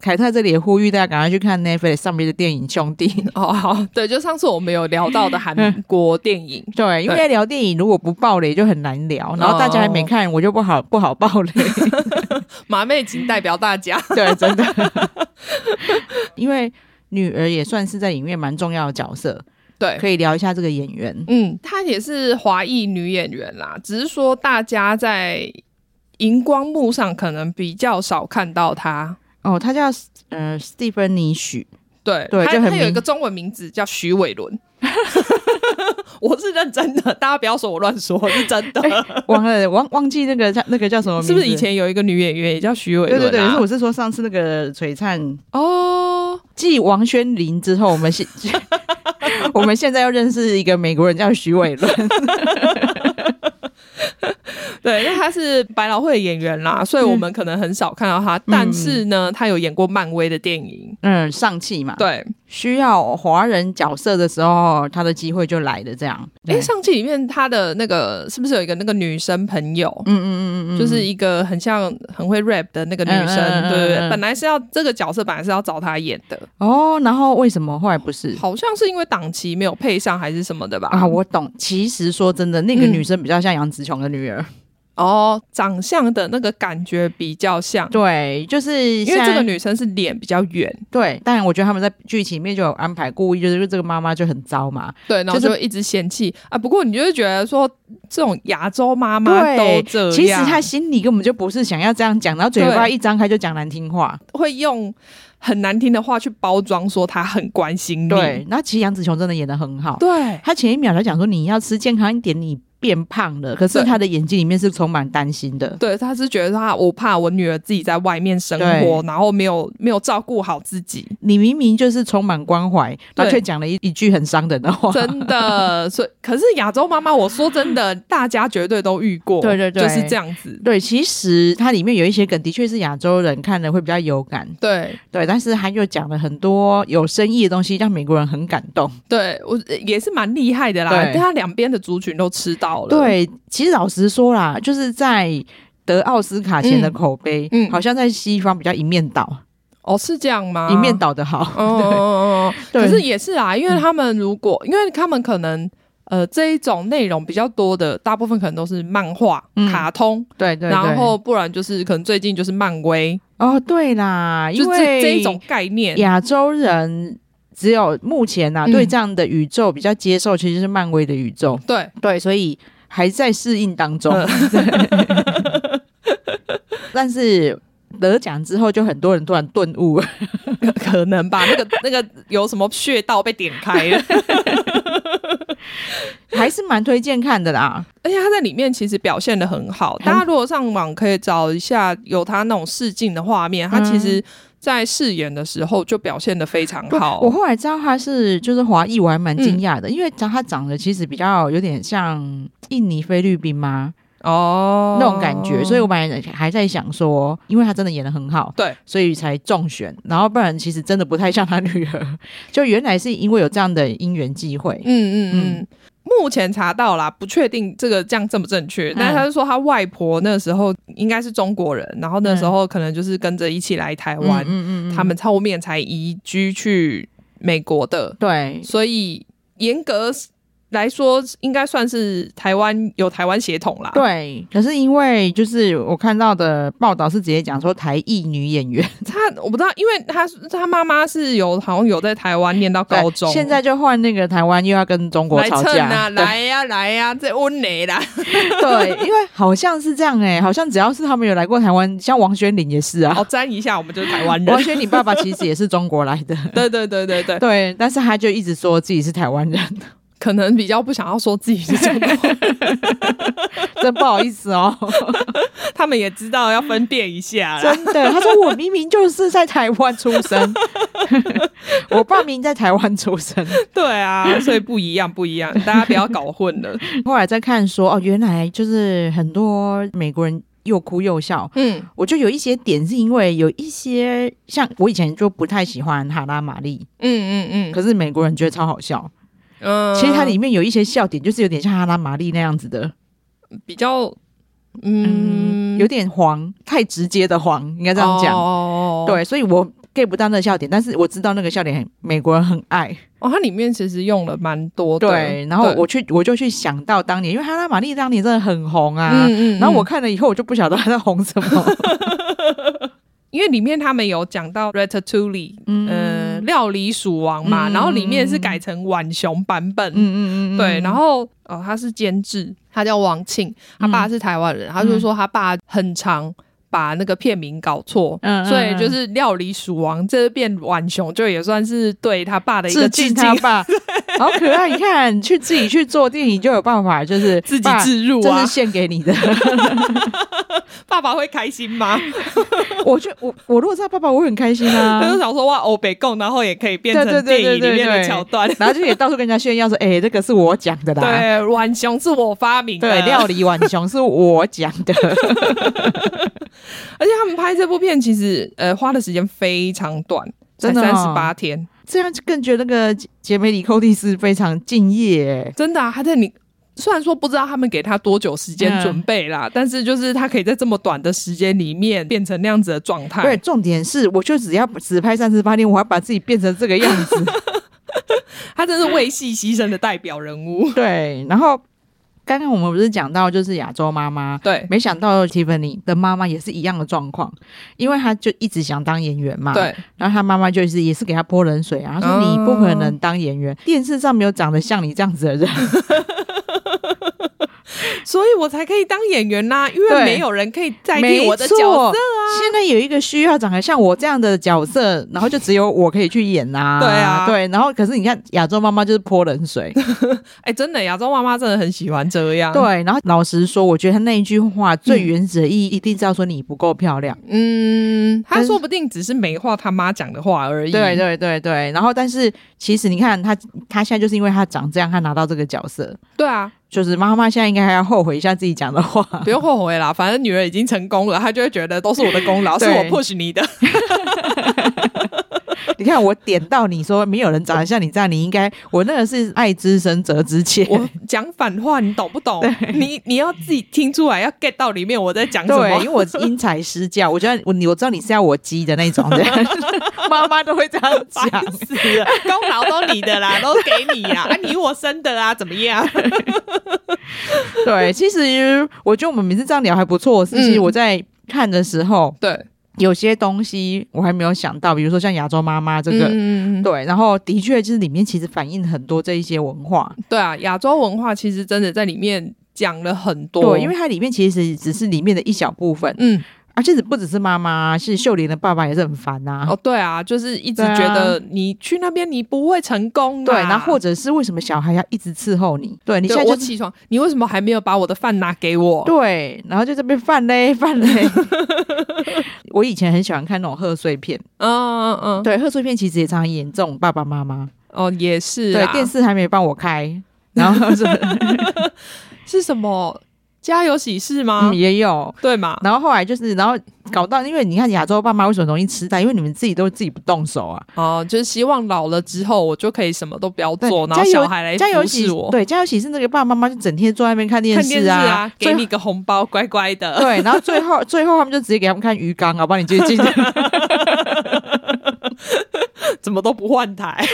[SPEAKER 1] 凯特在这里也呼吁大家赶快去看 Netflix 上面的电影《兄弟》。
[SPEAKER 2] 哦，好，对，就上次我们有聊到的
[SPEAKER 1] 嗯
[SPEAKER 2] 韩国电影，
[SPEAKER 1] 对，因为聊电影如果不爆雷就很难聊，然后大家还没看，我就不好不好爆雷。
[SPEAKER 2] 哦马妹仅代表大家。
[SPEAKER 1] *laughs* 对，真的， *laughs* 因为女儿也算是在影院蛮重要的角色，
[SPEAKER 2] 对，
[SPEAKER 1] 可以聊一下这个演员。
[SPEAKER 2] 嗯，她也是华裔女演员啦，只是说大家在荧光幕上可能比较少看到她。
[SPEAKER 1] 哦，他叫呃斯蒂芬妮许，
[SPEAKER 2] 对，
[SPEAKER 1] 对
[SPEAKER 2] 她
[SPEAKER 1] 就很
[SPEAKER 2] 她有一
[SPEAKER 1] 明
[SPEAKER 2] 个中文名字叫徐伟伦。 *laughs* 我是认真的，大家不要说我乱说，是真
[SPEAKER 1] *laughs*
[SPEAKER 2] 的。
[SPEAKER 1] 忘了忘忘记那个叫那个叫什么名字？
[SPEAKER 2] 是不是以前有一个女演员也叫徐伟
[SPEAKER 1] 对
[SPEAKER 2] 伦、啊？
[SPEAKER 1] 对对，是我是说上次那个璀璨
[SPEAKER 2] 哦，
[SPEAKER 1] 继王轩林之后，我们现 *laughs* 我们现在又认识一个美国人叫徐伟伦，
[SPEAKER 2] 对，因为她是百老汇的演员
[SPEAKER 1] 嗯
[SPEAKER 2] 啦，所以我们可能很少看到她。但是呢，她有演过漫威的电影。
[SPEAKER 1] 嗯，上气嘛，，
[SPEAKER 2] 对，
[SPEAKER 1] 需要华人角色的时候，他的机会就来了，这样，
[SPEAKER 2] 哎、
[SPEAKER 1] 对
[SPEAKER 2] 上季里面她的那个是不是有一个那个女生朋友？
[SPEAKER 1] 嗯嗯嗯嗯嗯，
[SPEAKER 2] 就是一个很像很会 rap 的那个女生，
[SPEAKER 1] 嗯嗯嗯嗯
[SPEAKER 2] 对对
[SPEAKER 1] 嗯
[SPEAKER 2] 对，本来是要这个角色，本来是要找她演的，
[SPEAKER 1] 哦，然后为什么后来不是？
[SPEAKER 2] 好像是因为档期没有配上还是什么的吧？
[SPEAKER 1] 啊，我懂。其实说真的，那个
[SPEAKER 2] 嗯
[SPEAKER 1] 女生比较像杨紫琼的女儿。
[SPEAKER 2] 哦，长相的那个感觉比较像，
[SPEAKER 1] 对，就是
[SPEAKER 2] 因为
[SPEAKER 1] 现
[SPEAKER 2] 这个
[SPEAKER 1] 在
[SPEAKER 2] 女生是脸比较圆，
[SPEAKER 1] 对，但我觉得他们在剧情里面就有安排，故意就是因为这个妈妈就很糟嘛。
[SPEAKER 2] 对，然后
[SPEAKER 1] 就是
[SPEAKER 2] 就一直嫌弃、啊。不过你就会觉得说，这种亚洲妈妈都这样，
[SPEAKER 1] 其实她心里根本就不是想要这样讲，然后嘴巴一张开就讲难听话。
[SPEAKER 2] 会用很难听的话去包装，说她很关心你。
[SPEAKER 1] 对，然后其实杨紫琼真的演的很好，
[SPEAKER 2] 对
[SPEAKER 1] 她前一秒才讲说你要吃健康一点，你变胖了，可是
[SPEAKER 2] 对
[SPEAKER 1] 她的眼睛里面是充满担心的。
[SPEAKER 2] 对，她是觉得她我怕我女儿自己在外面生活，然后没有没有照顾好自己，
[SPEAKER 1] 你明明就是充满关怀，然后却讲了一一句很伤人的话。
[SPEAKER 2] 真的。所以，可是亚洲妈妈，我说真的，大家绝对都遇过，
[SPEAKER 1] 对对对
[SPEAKER 2] 就是这样子。
[SPEAKER 1] *laughs* 对，其实它里面有一些梗，的确是亚洲人看了会比较有感，
[SPEAKER 2] 对
[SPEAKER 1] 对，但是他又讲了很多有深意的东西，让美国人很感动。
[SPEAKER 2] 对，我也是蛮厉害的啦，
[SPEAKER 1] 对
[SPEAKER 2] 但她两边的族群都吃到了。，
[SPEAKER 1] 对，其实老实说啦，就是在得奥斯卡前的口碑，
[SPEAKER 2] 嗯嗯
[SPEAKER 1] 好像在西方比较一面倒，
[SPEAKER 2] 哦，是这样吗？
[SPEAKER 1] 一面倒的好。
[SPEAKER 2] 哦，
[SPEAKER 1] 对嗯
[SPEAKER 2] 可是也是啊，因为他们如果，因为他们可能呃这一种内容比较多的，大部分可能都是漫画、
[SPEAKER 1] 嗯
[SPEAKER 2] 卡通，
[SPEAKER 1] 对对对，
[SPEAKER 2] 然后不然就是可能最近就是漫威，
[SPEAKER 1] 哦，对啦，
[SPEAKER 2] 就
[SPEAKER 1] 因
[SPEAKER 2] 是
[SPEAKER 1] 为
[SPEAKER 2] 这这一种概念。
[SPEAKER 1] 亚洲人。只有目前呐、啊，
[SPEAKER 2] 嗯
[SPEAKER 1] 对这样的宇宙比较接受，其实是漫威的宇宙，
[SPEAKER 2] 对，
[SPEAKER 1] 对，所以还在适应当中。
[SPEAKER 2] 嗯
[SPEAKER 1] *laughs* 但是得奖之后，就很多人突然顿悟了， *laughs*
[SPEAKER 2] 可可能吧，那个那个有什么穴道被点开
[SPEAKER 1] *laughs*
[SPEAKER 2] 了，
[SPEAKER 1] 还是蛮推荐看的啦。
[SPEAKER 2] 而且他在里面其实表现的很好。
[SPEAKER 1] 很
[SPEAKER 2] 大家如果上网可以找一下有他那种试镜的画面，他其
[SPEAKER 1] 嗯
[SPEAKER 2] 实在饰演的时候就表现的非常好。嗯
[SPEAKER 1] 我后来知道他是就是华裔，我还蛮惊讶的，因为长他长得其实比较有点像印尼、菲律宾吗、
[SPEAKER 2] 哦
[SPEAKER 1] 那种感觉，所以我本来还在想说，因为他真的演的很好，
[SPEAKER 2] 对，
[SPEAKER 1] 所以才中选，然后不然其实真的不太像他女儿， *laughs* 就原来是因为有这样的因缘际会。
[SPEAKER 2] 嗯嗯嗯，目前查到啦，不确定这个这样正不正
[SPEAKER 1] 嗯
[SPEAKER 2] 确，但是他就说他外婆那时候应该是中国人，然后那时候可能就是跟着一起来台湾，
[SPEAKER 1] 嗯
[SPEAKER 2] 他们后面才移居去美国的，
[SPEAKER 1] 对
[SPEAKER 2] 所以严格来说应该算是台湾有台湾血统啦。
[SPEAKER 1] 对，可是因为就是我看到的报道是直接讲说台裔女演员
[SPEAKER 2] 他我不知道，因为他他妈妈是有好像有在台湾念到 *laughs* 高中，
[SPEAKER 1] 对现在就换那个台湾又要跟中国
[SPEAKER 2] 来
[SPEAKER 1] 吵
[SPEAKER 2] 蹭
[SPEAKER 1] 架
[SPEAKER 2] 啊，
[SPEAKER 1] 对
[SPEAKER 2] 来呀、来呀、这温雷啦。
[SPEAKER 1] 对，因为好像是这样哎、好像只要是他们有来过台湾，像王轩林也是啊。
[SPEAKER 2] 哦，沾一下，我们就是台
[SPEAKER 1] *laughs*
[SPEAKER 2] 湾
[SPEAKER 1] 王
[SPEAKER 2] 人。
[SPEAKER 1] 轩林
[SPEAKER 2] *laughs*
[SPEAKER 1] 爸爸其实也是中国来的，
[SPEAKER 2] 对对对对对， *laughs*
[SPEAKER 1] 对，但是他就一直说自己是台湾人。
[SPEAKER 2] 可能比较不想要说自己是
[SPEAKER 1] *laughs*
[SPEAKER 2] 中国人，
[SPEAKER 1] 真不好意思哦，
[SPEAKER 2] 他们也知道要分辨一下啦。
[SPEAKER 1] 真的。他说我明明就是在台湾出
[SPEAKER 2] *laughs*
[SPEAKER 1] 生， *laughs* 我爸明明在台湾出生。
[SPEAKER 2] 对啊，所以不一样，不一样，大家不要搞混
[SPEAKER 1] *laughs*
[SPEAKER 2] 了。
[SPEAKER 1] 后来再看说，哦，原来就是很多美国人又哭又笑。
[SPEAKER 2] 嗯，
[SPEAKER 1] 我就有一些点是因为有一些像我以前就不太喜欢哈拉玛丽，
[SPEAKER 2] 嗯嗯
[SPEAKER 1] 可是美国人觉得超好笑。
[SPEAKER 2] 嗯，
[SPEAKER 1] 其实它
[SPEAKER 2] 嗯
[SPEAKER 1] 里面有一些笑点，就是有点像哈拉玛丽那样子的，
[SPEAKER 2] 比较，嗯，
[SPEAKER 1] 有点黄，太直接的黄，应该这样讲。
[SPEAKER 2] 哦、，
[SPEAKER 1] 对，所以我 get 不到那个笑点，但是我知道那个笑点很美国人很爱。
[SPEAKER 2] 哦，它里面其实用了蛮多的，
[SPEAKER 1] 对，然后
[SPEAKER 2] 对
[SPEAKER 1] 我去我就去想到当年，因为哈拉玛丽当年真的很红啊。
[SPEAKER 2] 嗯嗯，
[SPEAKER 1] 然后我
[SPEAKER 2] 嗯
[SPEAKER 1] 看了以后，我就不晓得她在红什么。
[SPEAKER 2] 因为里面他们有讲到 ratatouille，嗯、呃，料理鼠王嘛，
[SPEAKER 1] 嗯
[SPEAKER 2] 然后里面是改成浣熊版本，
[SPEAKER 1] 嗯嗯嗯嗯，
[SPEAKER 2] 对，然
[SPEAKER 1] 后
[SPEAKER 2] 后呃，他是监制，他叫王庆，他爸是台湾人，他就说他爸很常把那个片名搞错。
[SPEAKER 1] 嗯
[SPEAKER 2] 所以就是料理鼠王这变浣熊，就也算是对他爸的一
[SPEAKER 1] 致
[SPEAKER 2] 个致
[SPEAKER 1] 敬
[SPEAKER 2] 敬，
[SPEAKER 1] 他
[SPEAKER 2] *laughs*
[SPEAKER 1] 爸，好可爱！你看，去自己去做电影就有办法，就是
[SPEAKER 2] *laughs* 自己
[SPEAKER 1] 爸
[SPEAKER 2] 置入
[SPEAKER 1] 这
[SPEAKER 2] 啊
[SPEAKER 1] 是。献给你的。 *laughs*
[SPEAKER 2] 爸爸会开心吗？
[SPEAKER 1] 我就我我如果是他爸爸，我会很开心啊。
[SPEAKER 2] *laughs* 他就想说哇，欧北共，然后也可以变
[SPEAKER 1] 对
[SPEAKER 2] 成
[SPEAKER 1] 对
[SPEAKER 2] 电
[SPEAKER 1] 对
[SPEAKER 2] 影里面
[SPEAKER 1] 对对
[SPEAKER 2] 的桥段。
[SPEAKER 1] 然后就也到处跟人家炫耀说：“哎、这个是我讲的啦。
[SPEAKER 2] *laughs* 对，浣熊是我发明的，
[SPEAKER 1] 对，料理浣熊是我讲的。 *laughs*
[SPEAKER 2] 而且他们拍这部片其实呃花的时间非常短，才
[SPEAKER 1] 真的
[SPEAKER 2] 三
[SPEAKER 1] 哦
[SPEAKER 2] 十八天，
[SPEAKER 1] 这样就更觉得那个杰杰梅里寇蒂斯非常敬业。
[SPEAKER 2] 真的啊！他在你虽然说不知道他们给他多久时间
[SPEAKER 1] 嗯
[SPEAKER 2] 准备啦，但是就是他可以在这么短的时间里面变成那样子的状
[SPEAKER 1] 对，
[SPEAKER 2] 态，
[SPEAKER 1] 重点是，我就只要只拍三十八天，我还把自己变成这个样子。。
[SPEAKER 2] 他真是为戏牺牲的代表人物
[SPEAKER 1] 对，然后刚刚我们不是讲到就是亚洲妈妈，
[SPEAKER 2] *laughs* 对
[SPEAKER 1] 没想到 Tiffany 的妈妈也是一样的状况，因为她就一直想当演员嘛。。
[SPEAKER 2] 对，
[SPEAKER 1] 然后她妈妈就是也是给她泼冷水啊，她说
[SPEAKER 2] 哦
[SPEAKER 1] 你不可能当演员，电视上没有长得像你这样子的
[SPEAKER 2] *laughs*
[SPEAKER 1] 人。
[SPEAKER 2] 所以我才可以当演员啦，因为
[SPEAKER 1] 对
[SPEAKER 2] 没有人可以代
[SPEAKER 1] 没
[SPEAKER 2] 替我的角色啊
[SPEAKER 1] 错。现在有一个需要长得像我这样的角色，然后就只有我可以去演呐、
[SPEAKER 2] 对啊
[SPEAKER 1] 对。然后可是你看亚洲妈妈就是泼冷水，
[SPEAKER 2] 哎、真的，亚洲妈妈真的很喜欢这样。，
[SPEAKER 1] 对。然后老实说，我觉得她那一句话最原始的意义一定是要说你不够漂亮。
[SPEAKER 2] 嗯，他
[SPEAKER 1] 但是
[SPEAKER 2] 说不定只是没话他妈讲的话而已。
[SPEAKER 1] 对对对对，然后但是其实你看她，她现在就是因为她长这样，她拿到这个角色，
[SPEAKER 2] 对啊，
[SPEAKER 1] 就是妈妈现在应该还要后悔一下自己讲的话。 *laughs*
[SPEAKER 2] 不用后悔啦，反正女人已经成功了，她就会觉得都是我的功劳， *laughs* 是
[SPEAKER 1] 对
[SPEAKER 2] 我 push 你的。
[SPEAKER 1] 你看我点到你说没有人长得像你这样，你应该我那个是爱之深责之切。
[SPEAKER 2] 我讲反话，你懂不懂？你你要自己听出来，要 get 到里面我在讲什
[SPEAKER 1] 对，因为
[SPEAKER 2] 么。
[SPEAKER 1] 我是因材施教，我觉得我你我知道你是要我鸡的那种人， *laughs* 妈妈都会这样
[SPEAKER 2] 烦
[SPEAKER 1] 讲。
[SPEAKER 2] 死 *laughs* 了，功劳都你的啦，都给你啦，啊， *laughs* 你我生的啦，怎么样？
[SPEAKER 1] 对，其实我觉得我们每次这样聊还不错，是其实
[SPEAKER 2] 嗯
[SPEAKER 1] 我在看的时候，
[SPEAKER 2] *laughs* 对，
[SPEAKER 1] 有些东西我还没有想到，比如说像亚洲妈妈这
[SPEAKER 2] 这个，
[SPEAKER 1] 个。
[SPEAKER 2] 嗯，对
[SPEAKER 1] 对，然后的确就是里面其实反映很多这一些文化，
[SPEAKER 2] 对啊，亚洲文化其实真的在里面讲了很多，
[SPEAKER 1] 对，因为它里面其实只是里面的一小部分，
[SPEAKER 2] 嗯，
[SPEAKER 1] 而且不只是妈妈，是秀莲的爸爸也是很烦呐、
[SPEAKER 2] 哦，对啊，就是一直
[SPEAKER 1] 对啊
[SPEAKER 2] 觉得你去那边你不会成功啊的，
[SPEAKER 1] 对，然后或者是为什么小孩要一直伺候你？对你
[SPEAKER 2] 对
[SPEAKER 1] 现在
[SPEAKER 2] 我
[SPEAKER 1] 就是
[SPEAKER 2] 起床，你为什么还没有把我的饭拿给我？
[SPEAKER 1] 对，然后就这边犯嘞犯嘞。 *laughs* 我以前很喜欢看那种贺岁片，
[SPEAKER 2] 嗯嗯嗯，
[SPEAKER 1] 对，贺岁片其实也常常演这种爸爸妈妈，
[SPEAKER 2] 哦，也是
[SPEAKER 1] 对
[SPEAKER 2] 啊，，
[SPEAKER 1] 电视还没帮我开，然后
[SPEAKER 2] *laughs*
[SPEAKER 1] 是、
[SPEAKER 2] 是什么家有喜事吗？
[SPEAKER 1] 嗯、 *laughs* 也有。
[SPEAKER 2] *laughs* 对嘛？
[SPEAKER 1] 然后后来就是，然后搞到，因为你看亚洲爸妈为什么容易痴呆？因为你们自己都自己不动手啊。
[SPEAKER 2] 哦，就是希望老了之后我就可以什么都不要
[SPEAKER 1] 对
[SPEAKER 2] 做，然
[SPEAKER 1] 家
[SPEAKER 2] 后
[SPEAKER 1] 有
[SPEAKER 2] 小孩来
[SPEAKER 1] 家有
[SPEAKER 2] 服
[SPEAKER 1] 喜
[SPEAKER 2] 侍我，
[SPEAKER 1] 对家有喜事那个爸爸妈妈就整天坐在那边看电
[SPEAKER 2] 看电
[SPEAKER 1] 视
[SPEAKER 2] 视
[SPEAKER 1] 啊，
[SPEAKER 2] 啊，
[SPEAKER 1] 最
[SPEAKER 2] 给你个红包，乖乖的。
[SPEAKER 1] 对，然后最后最后他们就直接给他们看鱼缸，好不好？你记不
[SPEAKER 2] *laughs*
[SPEAKER 1] 记得？
[SPEAKER 2] 怎么都不换台，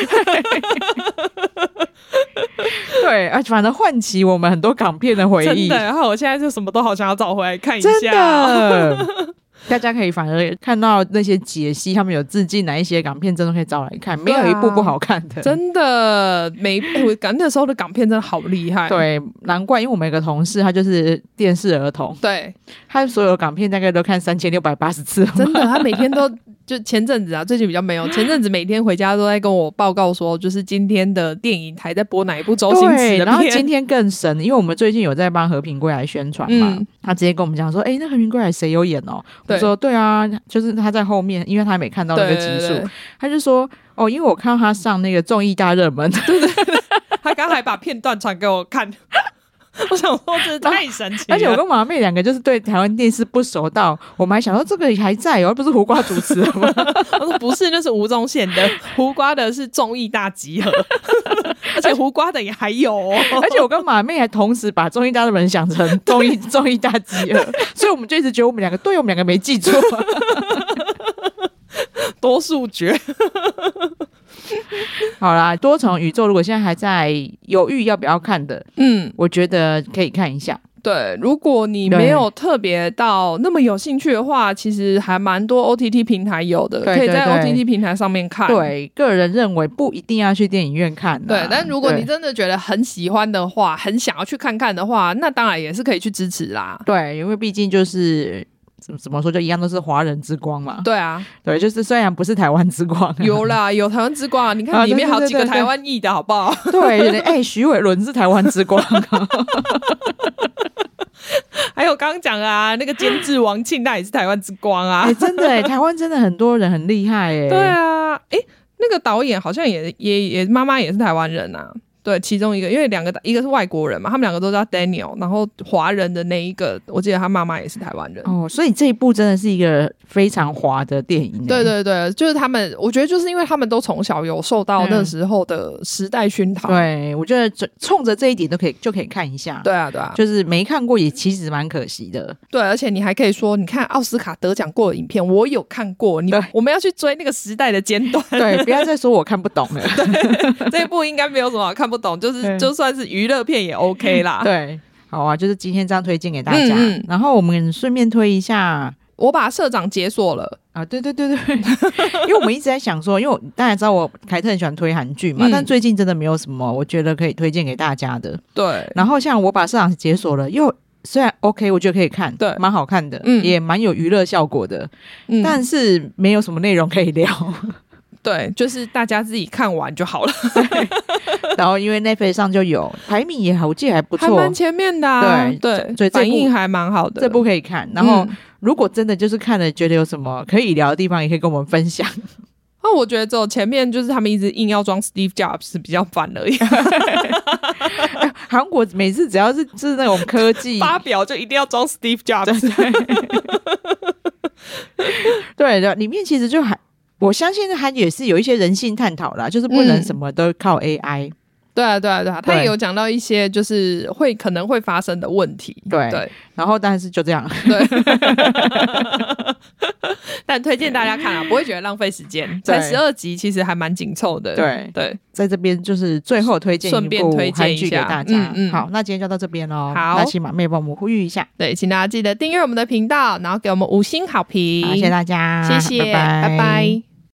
[SPEAKER 1] 对，而且反正唤起我们很多港片的回
[SPEAKER 2] *laughs* 真
[SPEAKER 1] 忆
[SPEAKER 2] 的。。然后我现在就什么都好想要找回来看一
[SPEAKER 1] 真
[SPEAKER 2] 下。哦 *laughs*
[SPEAKER 1] 的。大家可以反而看到那些解析，他们有致敬哪一些港片，真的可以找来看，没有一部不好看的。
[SPEAKER 2] 啊真的没，哎我感那时候的港片真的好厉害。
[SPEAKER 1] *laughs* 对，难怪，因为我们有个同事，他就是电视儿童，
[SPEAKER 2] 对， *laughs*
[SPEAKER 1] 他所有港片大概都看三千六百八十次。
[SPEAKER 2] 真的，他每天都就前阵子啊，最近比较 *gasps* 没有。前阵子每天回家都在跟我报告说，就是今天的电影台在播哪一部周星驰
[SPEAKER 1] 对，
[SPEAKER 2] 的
[SPEAKER 1] 然后
[SPEAKER 2] 片。
[SPEAKER 1] 今天更神，因为我们最近有在帮《和平归来》宣传嘛，
[SPEAKER 2] 嗯
[SPEAKER 1] 他直接跟我们讲说：“哎、那《和平归来》谁有演哦？”我
[SPEAKER 2] 对
[SPEAKER 1] 说：“对啊，就是他在后面，因为他没看到那个
[SPEAKER 2] 对
[SPEAKER 1] 集
[SPEAKER 2] 对
[SPEAKER 1] 数。
[SPEAKER 2] 对，
[SPEAKER 1] 他就说：“哦，因为我看到他上那个综艺大热
[SPEAKER 2] *laughs*
[SPEAKER 1] 门，
[SPEAKER 2] *laughs* 他刚才把片段传给我看， *laughs* 我想说这太神奇了。
[SPEAKER 1] 而且我跟马妹两个就是对台湾电视不熟到，我们还想说这个还在哦，不是胡瓜主持的
[SPEAKER 2] *laughs*
[SPEAKER 1] 吗？
[SPEAKER 2] 我说不是，那是吴宗宪的， *laughs* 胡瓜的是综艺大集合， *laughs* 而且胡瓜的也还有、哦。
[SPEAKER 1] 而且我跟马妹还同时把综艺大热门想成综艺综艺大集合，所以我们就一直觉得我们两个对，我们两个没记错。
[SPEAKER 2] *laughs*
[SPEAKER 1] *laughs*
[SPEAKER 2] 多数决，
[SPEAKER 1] 好啦，多重宇宙如果现在还在犹豫要不要看的，
[SPEAKER 2] 嗯，
[SPEAKER 1] 我觉得可以看一下。
[SPEAKER 2] 对。如果你
[SPEAKER 1] 对
[SPEAKER 2] 没有特别到那么有兴趣的话，其实还蛮多 OTT 平台有的，
[SPEAKER 1] 对
[SPEAKER 2] 可以
[SPEAKER 1] 对
[SPEAKER 2] 在
[SPEAKER 1] 对
[SPEAKER 2] OTT 平台上面看。
[SPEAKER 1] 对，个人认为不一定要去电影院看啊、
[SPEAKER 2] 对，但如果你
[SPEAKER 1] 对
[SPEAKER 2] 真的觉得很喜欢的话，很想要去看看的话，那当然也是可以去支持啦。
[SPEAKER 1] 对，因为毕竟就是怎怎么说，就一样都是华人之光嘛。*laughs*
[SPEAKER 2] 对啊，
[SPEAKER 1] 对，就是虽然不是台湾之光、
[SPEAKER 2] 有啦，有台湾之光啊，你
[SPEAKER 1] 啊
[SPEAKER 2] 看里
[SPEAKER 1] 对
[SPEAKER 2] 面
[SPEAKER 1] 对
[SPEAKER 2] 好几
[SPEAKER 1] 对
[SPEAKER 2] 个
[SPEAKER 1] 对
[SPEAKER 2] 台湾裔的好不好？
[SPEAKER 1] *laughs*
[SPEAKER 2] *laughs*
[SPEAKER 1] 对，哎、徐伟伦是台湾之光，啊
[SPEAKER 2] 还有刚刚讲的啊，那个监制王庆，那也是台湾之光啊
[SPEAKER 1] *laughs* 哎、。真的、哎，台湾真的很多人很厉害、哎，
[SPEAKER 2] 对啊，诶，那个导演好像也也也妈妈也是台湾人啊。对，其中一个，因为两个一个是外国人嘛，他们两个都叫 Daniel，然后华人的那一个，我记得他妈妈也是台湾人。
[SPEAKER 1] 哦，所以这一部真的是一个非常滑的电影、哎
[SPEAKER 2] 对对对，就是他们，我觉得就是因为他们都从小有受到那
[SPEAKER 1] 嗯
[SPEAKER 2] 时候的时代熏陶。
[SPEAKER 1] 对，我觉得这冲着这一点都可以就可以看一下。
[SPEAKER 2] 对啊，对啊，
[SPEAKER 1] 就是没看过也其实蛮可惜
[SPEAKER 2] *laughs*
[SPEAKER 1] 的，
[SPEAKER 2] 对，而且你还可以说，你看奥斯卡得奖过的影片，我有看过，你
[SPEAKER 1] 对
[SPEAKER 2] 我们要去追那个时代的尖端。
[SPEAKER 1] 对，不要再说我看不懂了，
[SPEAKER 2] 这部应该没有什么好看不懂，就是
[SPEAKER 1] 对嗯
[SPEAKER 2] 就算是娱乐片也 OK 啦。
[SPEAKER 1] 对，好啊，就是今天这样推荐给大家，
[SPEAKER 2] 嗯嗯
[SPEAKER 1] 然后我们顺便推一下。
[SPEAKER 2] 我把社长解锁了，
[SPEAKER 1] 啊，对对对对，
[SPEAKER 2] *laughs*
[SPEAKER 1] 因为我们一直在想说，因为我大家知道我凯特很喜欢推韩剧嘛，
[SPEAKER 2] 嗯
[SPEAKER 1] 但最近真的没有什么我觉得可以推荐给大家的。
[SPEAKER 2] 对，
[SPEAKER 1] 然后像我把市场解锁了，又虽然 OK，我觉得可以看，
[SPEAKER 2] 对
[SPEAKER 1] 蛮好看的，
[SPEAKER 2] 嗯
[SPEAKER 1] 也蛮有娱乐效果的，
[SPEAKER 2] 嗯
[SPEAKER 1] 但是没有什么内容可以
[SPEAKER 2] *laughs*
[SPEAKER 1] 聊。
[SPEAKER 2] 对，就是大家自己看完就好了，
[SPEAKER 1] 然后因为 Netflix 上就有，排名也好，我记得还不
[SPEAKER 2] 还
[SPEAKER 1] 错
[SPEAKER 2] 蛮。前面的、啊，
[SPEAKER 1] 对
[SPEAKER 2] 对，
[SPEAKER 1] 所以这
[SPEAKER 2] 反
[SPEAKER 1] 部
[SPEAKER 2] 应还蛮好的。
[SPEAKER 1] 这部可以看，然后
[SPEAKER 2] 嗯
[SPEAKER 1] 如果真的就是看了觉得有什么可以聊的地方，也可以跟我们分享。
[SPEAKER 2] 那、啊我觉得只有前面就是他们一直硬要装 Steve Jobs 是比较烦而已，
[SPEAKER 1] 韩国每次只要是 *laughs* 是那种科技
[SPEAKER 2] 发表就一定要装 Steve
[SPEAKER 1] 对 *laughs*
[SPEAKER 2] Jobs。
[SPEAKER 1] 对对的，里面其实就还我相信还也是有一些人性探讨啦，就是不能
[SPEAKER 2] 嗯
[SPEAKER 1] 什么都靠 AI、
[SPEAKER 2] 对啊，对啊，对啊，他
[SPEAKER 1] 对
[SPEAKER 2] 也有讲到一些就是会可能会发生的问题。
[SPEAKER 1] 对 *laughs*
[SPEAKER 2] 对
[SPEAKER 1] 然后但是就这样，
[SPEAKER 2] 对，但推荐大家看啊，不会觉得浪费时间，
[SPEAKER 1] 对
[SPEAKER 2] 才十二集，其实还蛮紧凑的。
[SPEAKER 1] 对
[SPEAKER 2] 对，
[SPEAKER 1] 在这边就是最后推荐
[SPEAKER 2] 顺
[SPEAKER 1] 一
[SPEAKER 2] 便
[SPEAKER 1] 部
[SPEAKER 2] 推荐
[SPEAKER 1] 韩
[SPEAKER 2] 一
[SPEAKER 1] 剧给
[SPEAKER 2] 下
[SPEAKER 1] 大家。
[SPEAKER 2] 嗯嗯
[SPEAKER 1] 好，那今天就到这边喽。
[SPEAKER 2] 好
[SPEAKER 1] 那请马妹帮我们呼吁一下，
[SPEAKER 2] 对，请大家记得订阅我们的频道，然后给我们五星好评，
[SPEAKER 1] 好，谢谢大家，
[SPEAKER 2] 谢谢，
[SPEAKER 1] 拜
[SPEAKER 2] 拜拜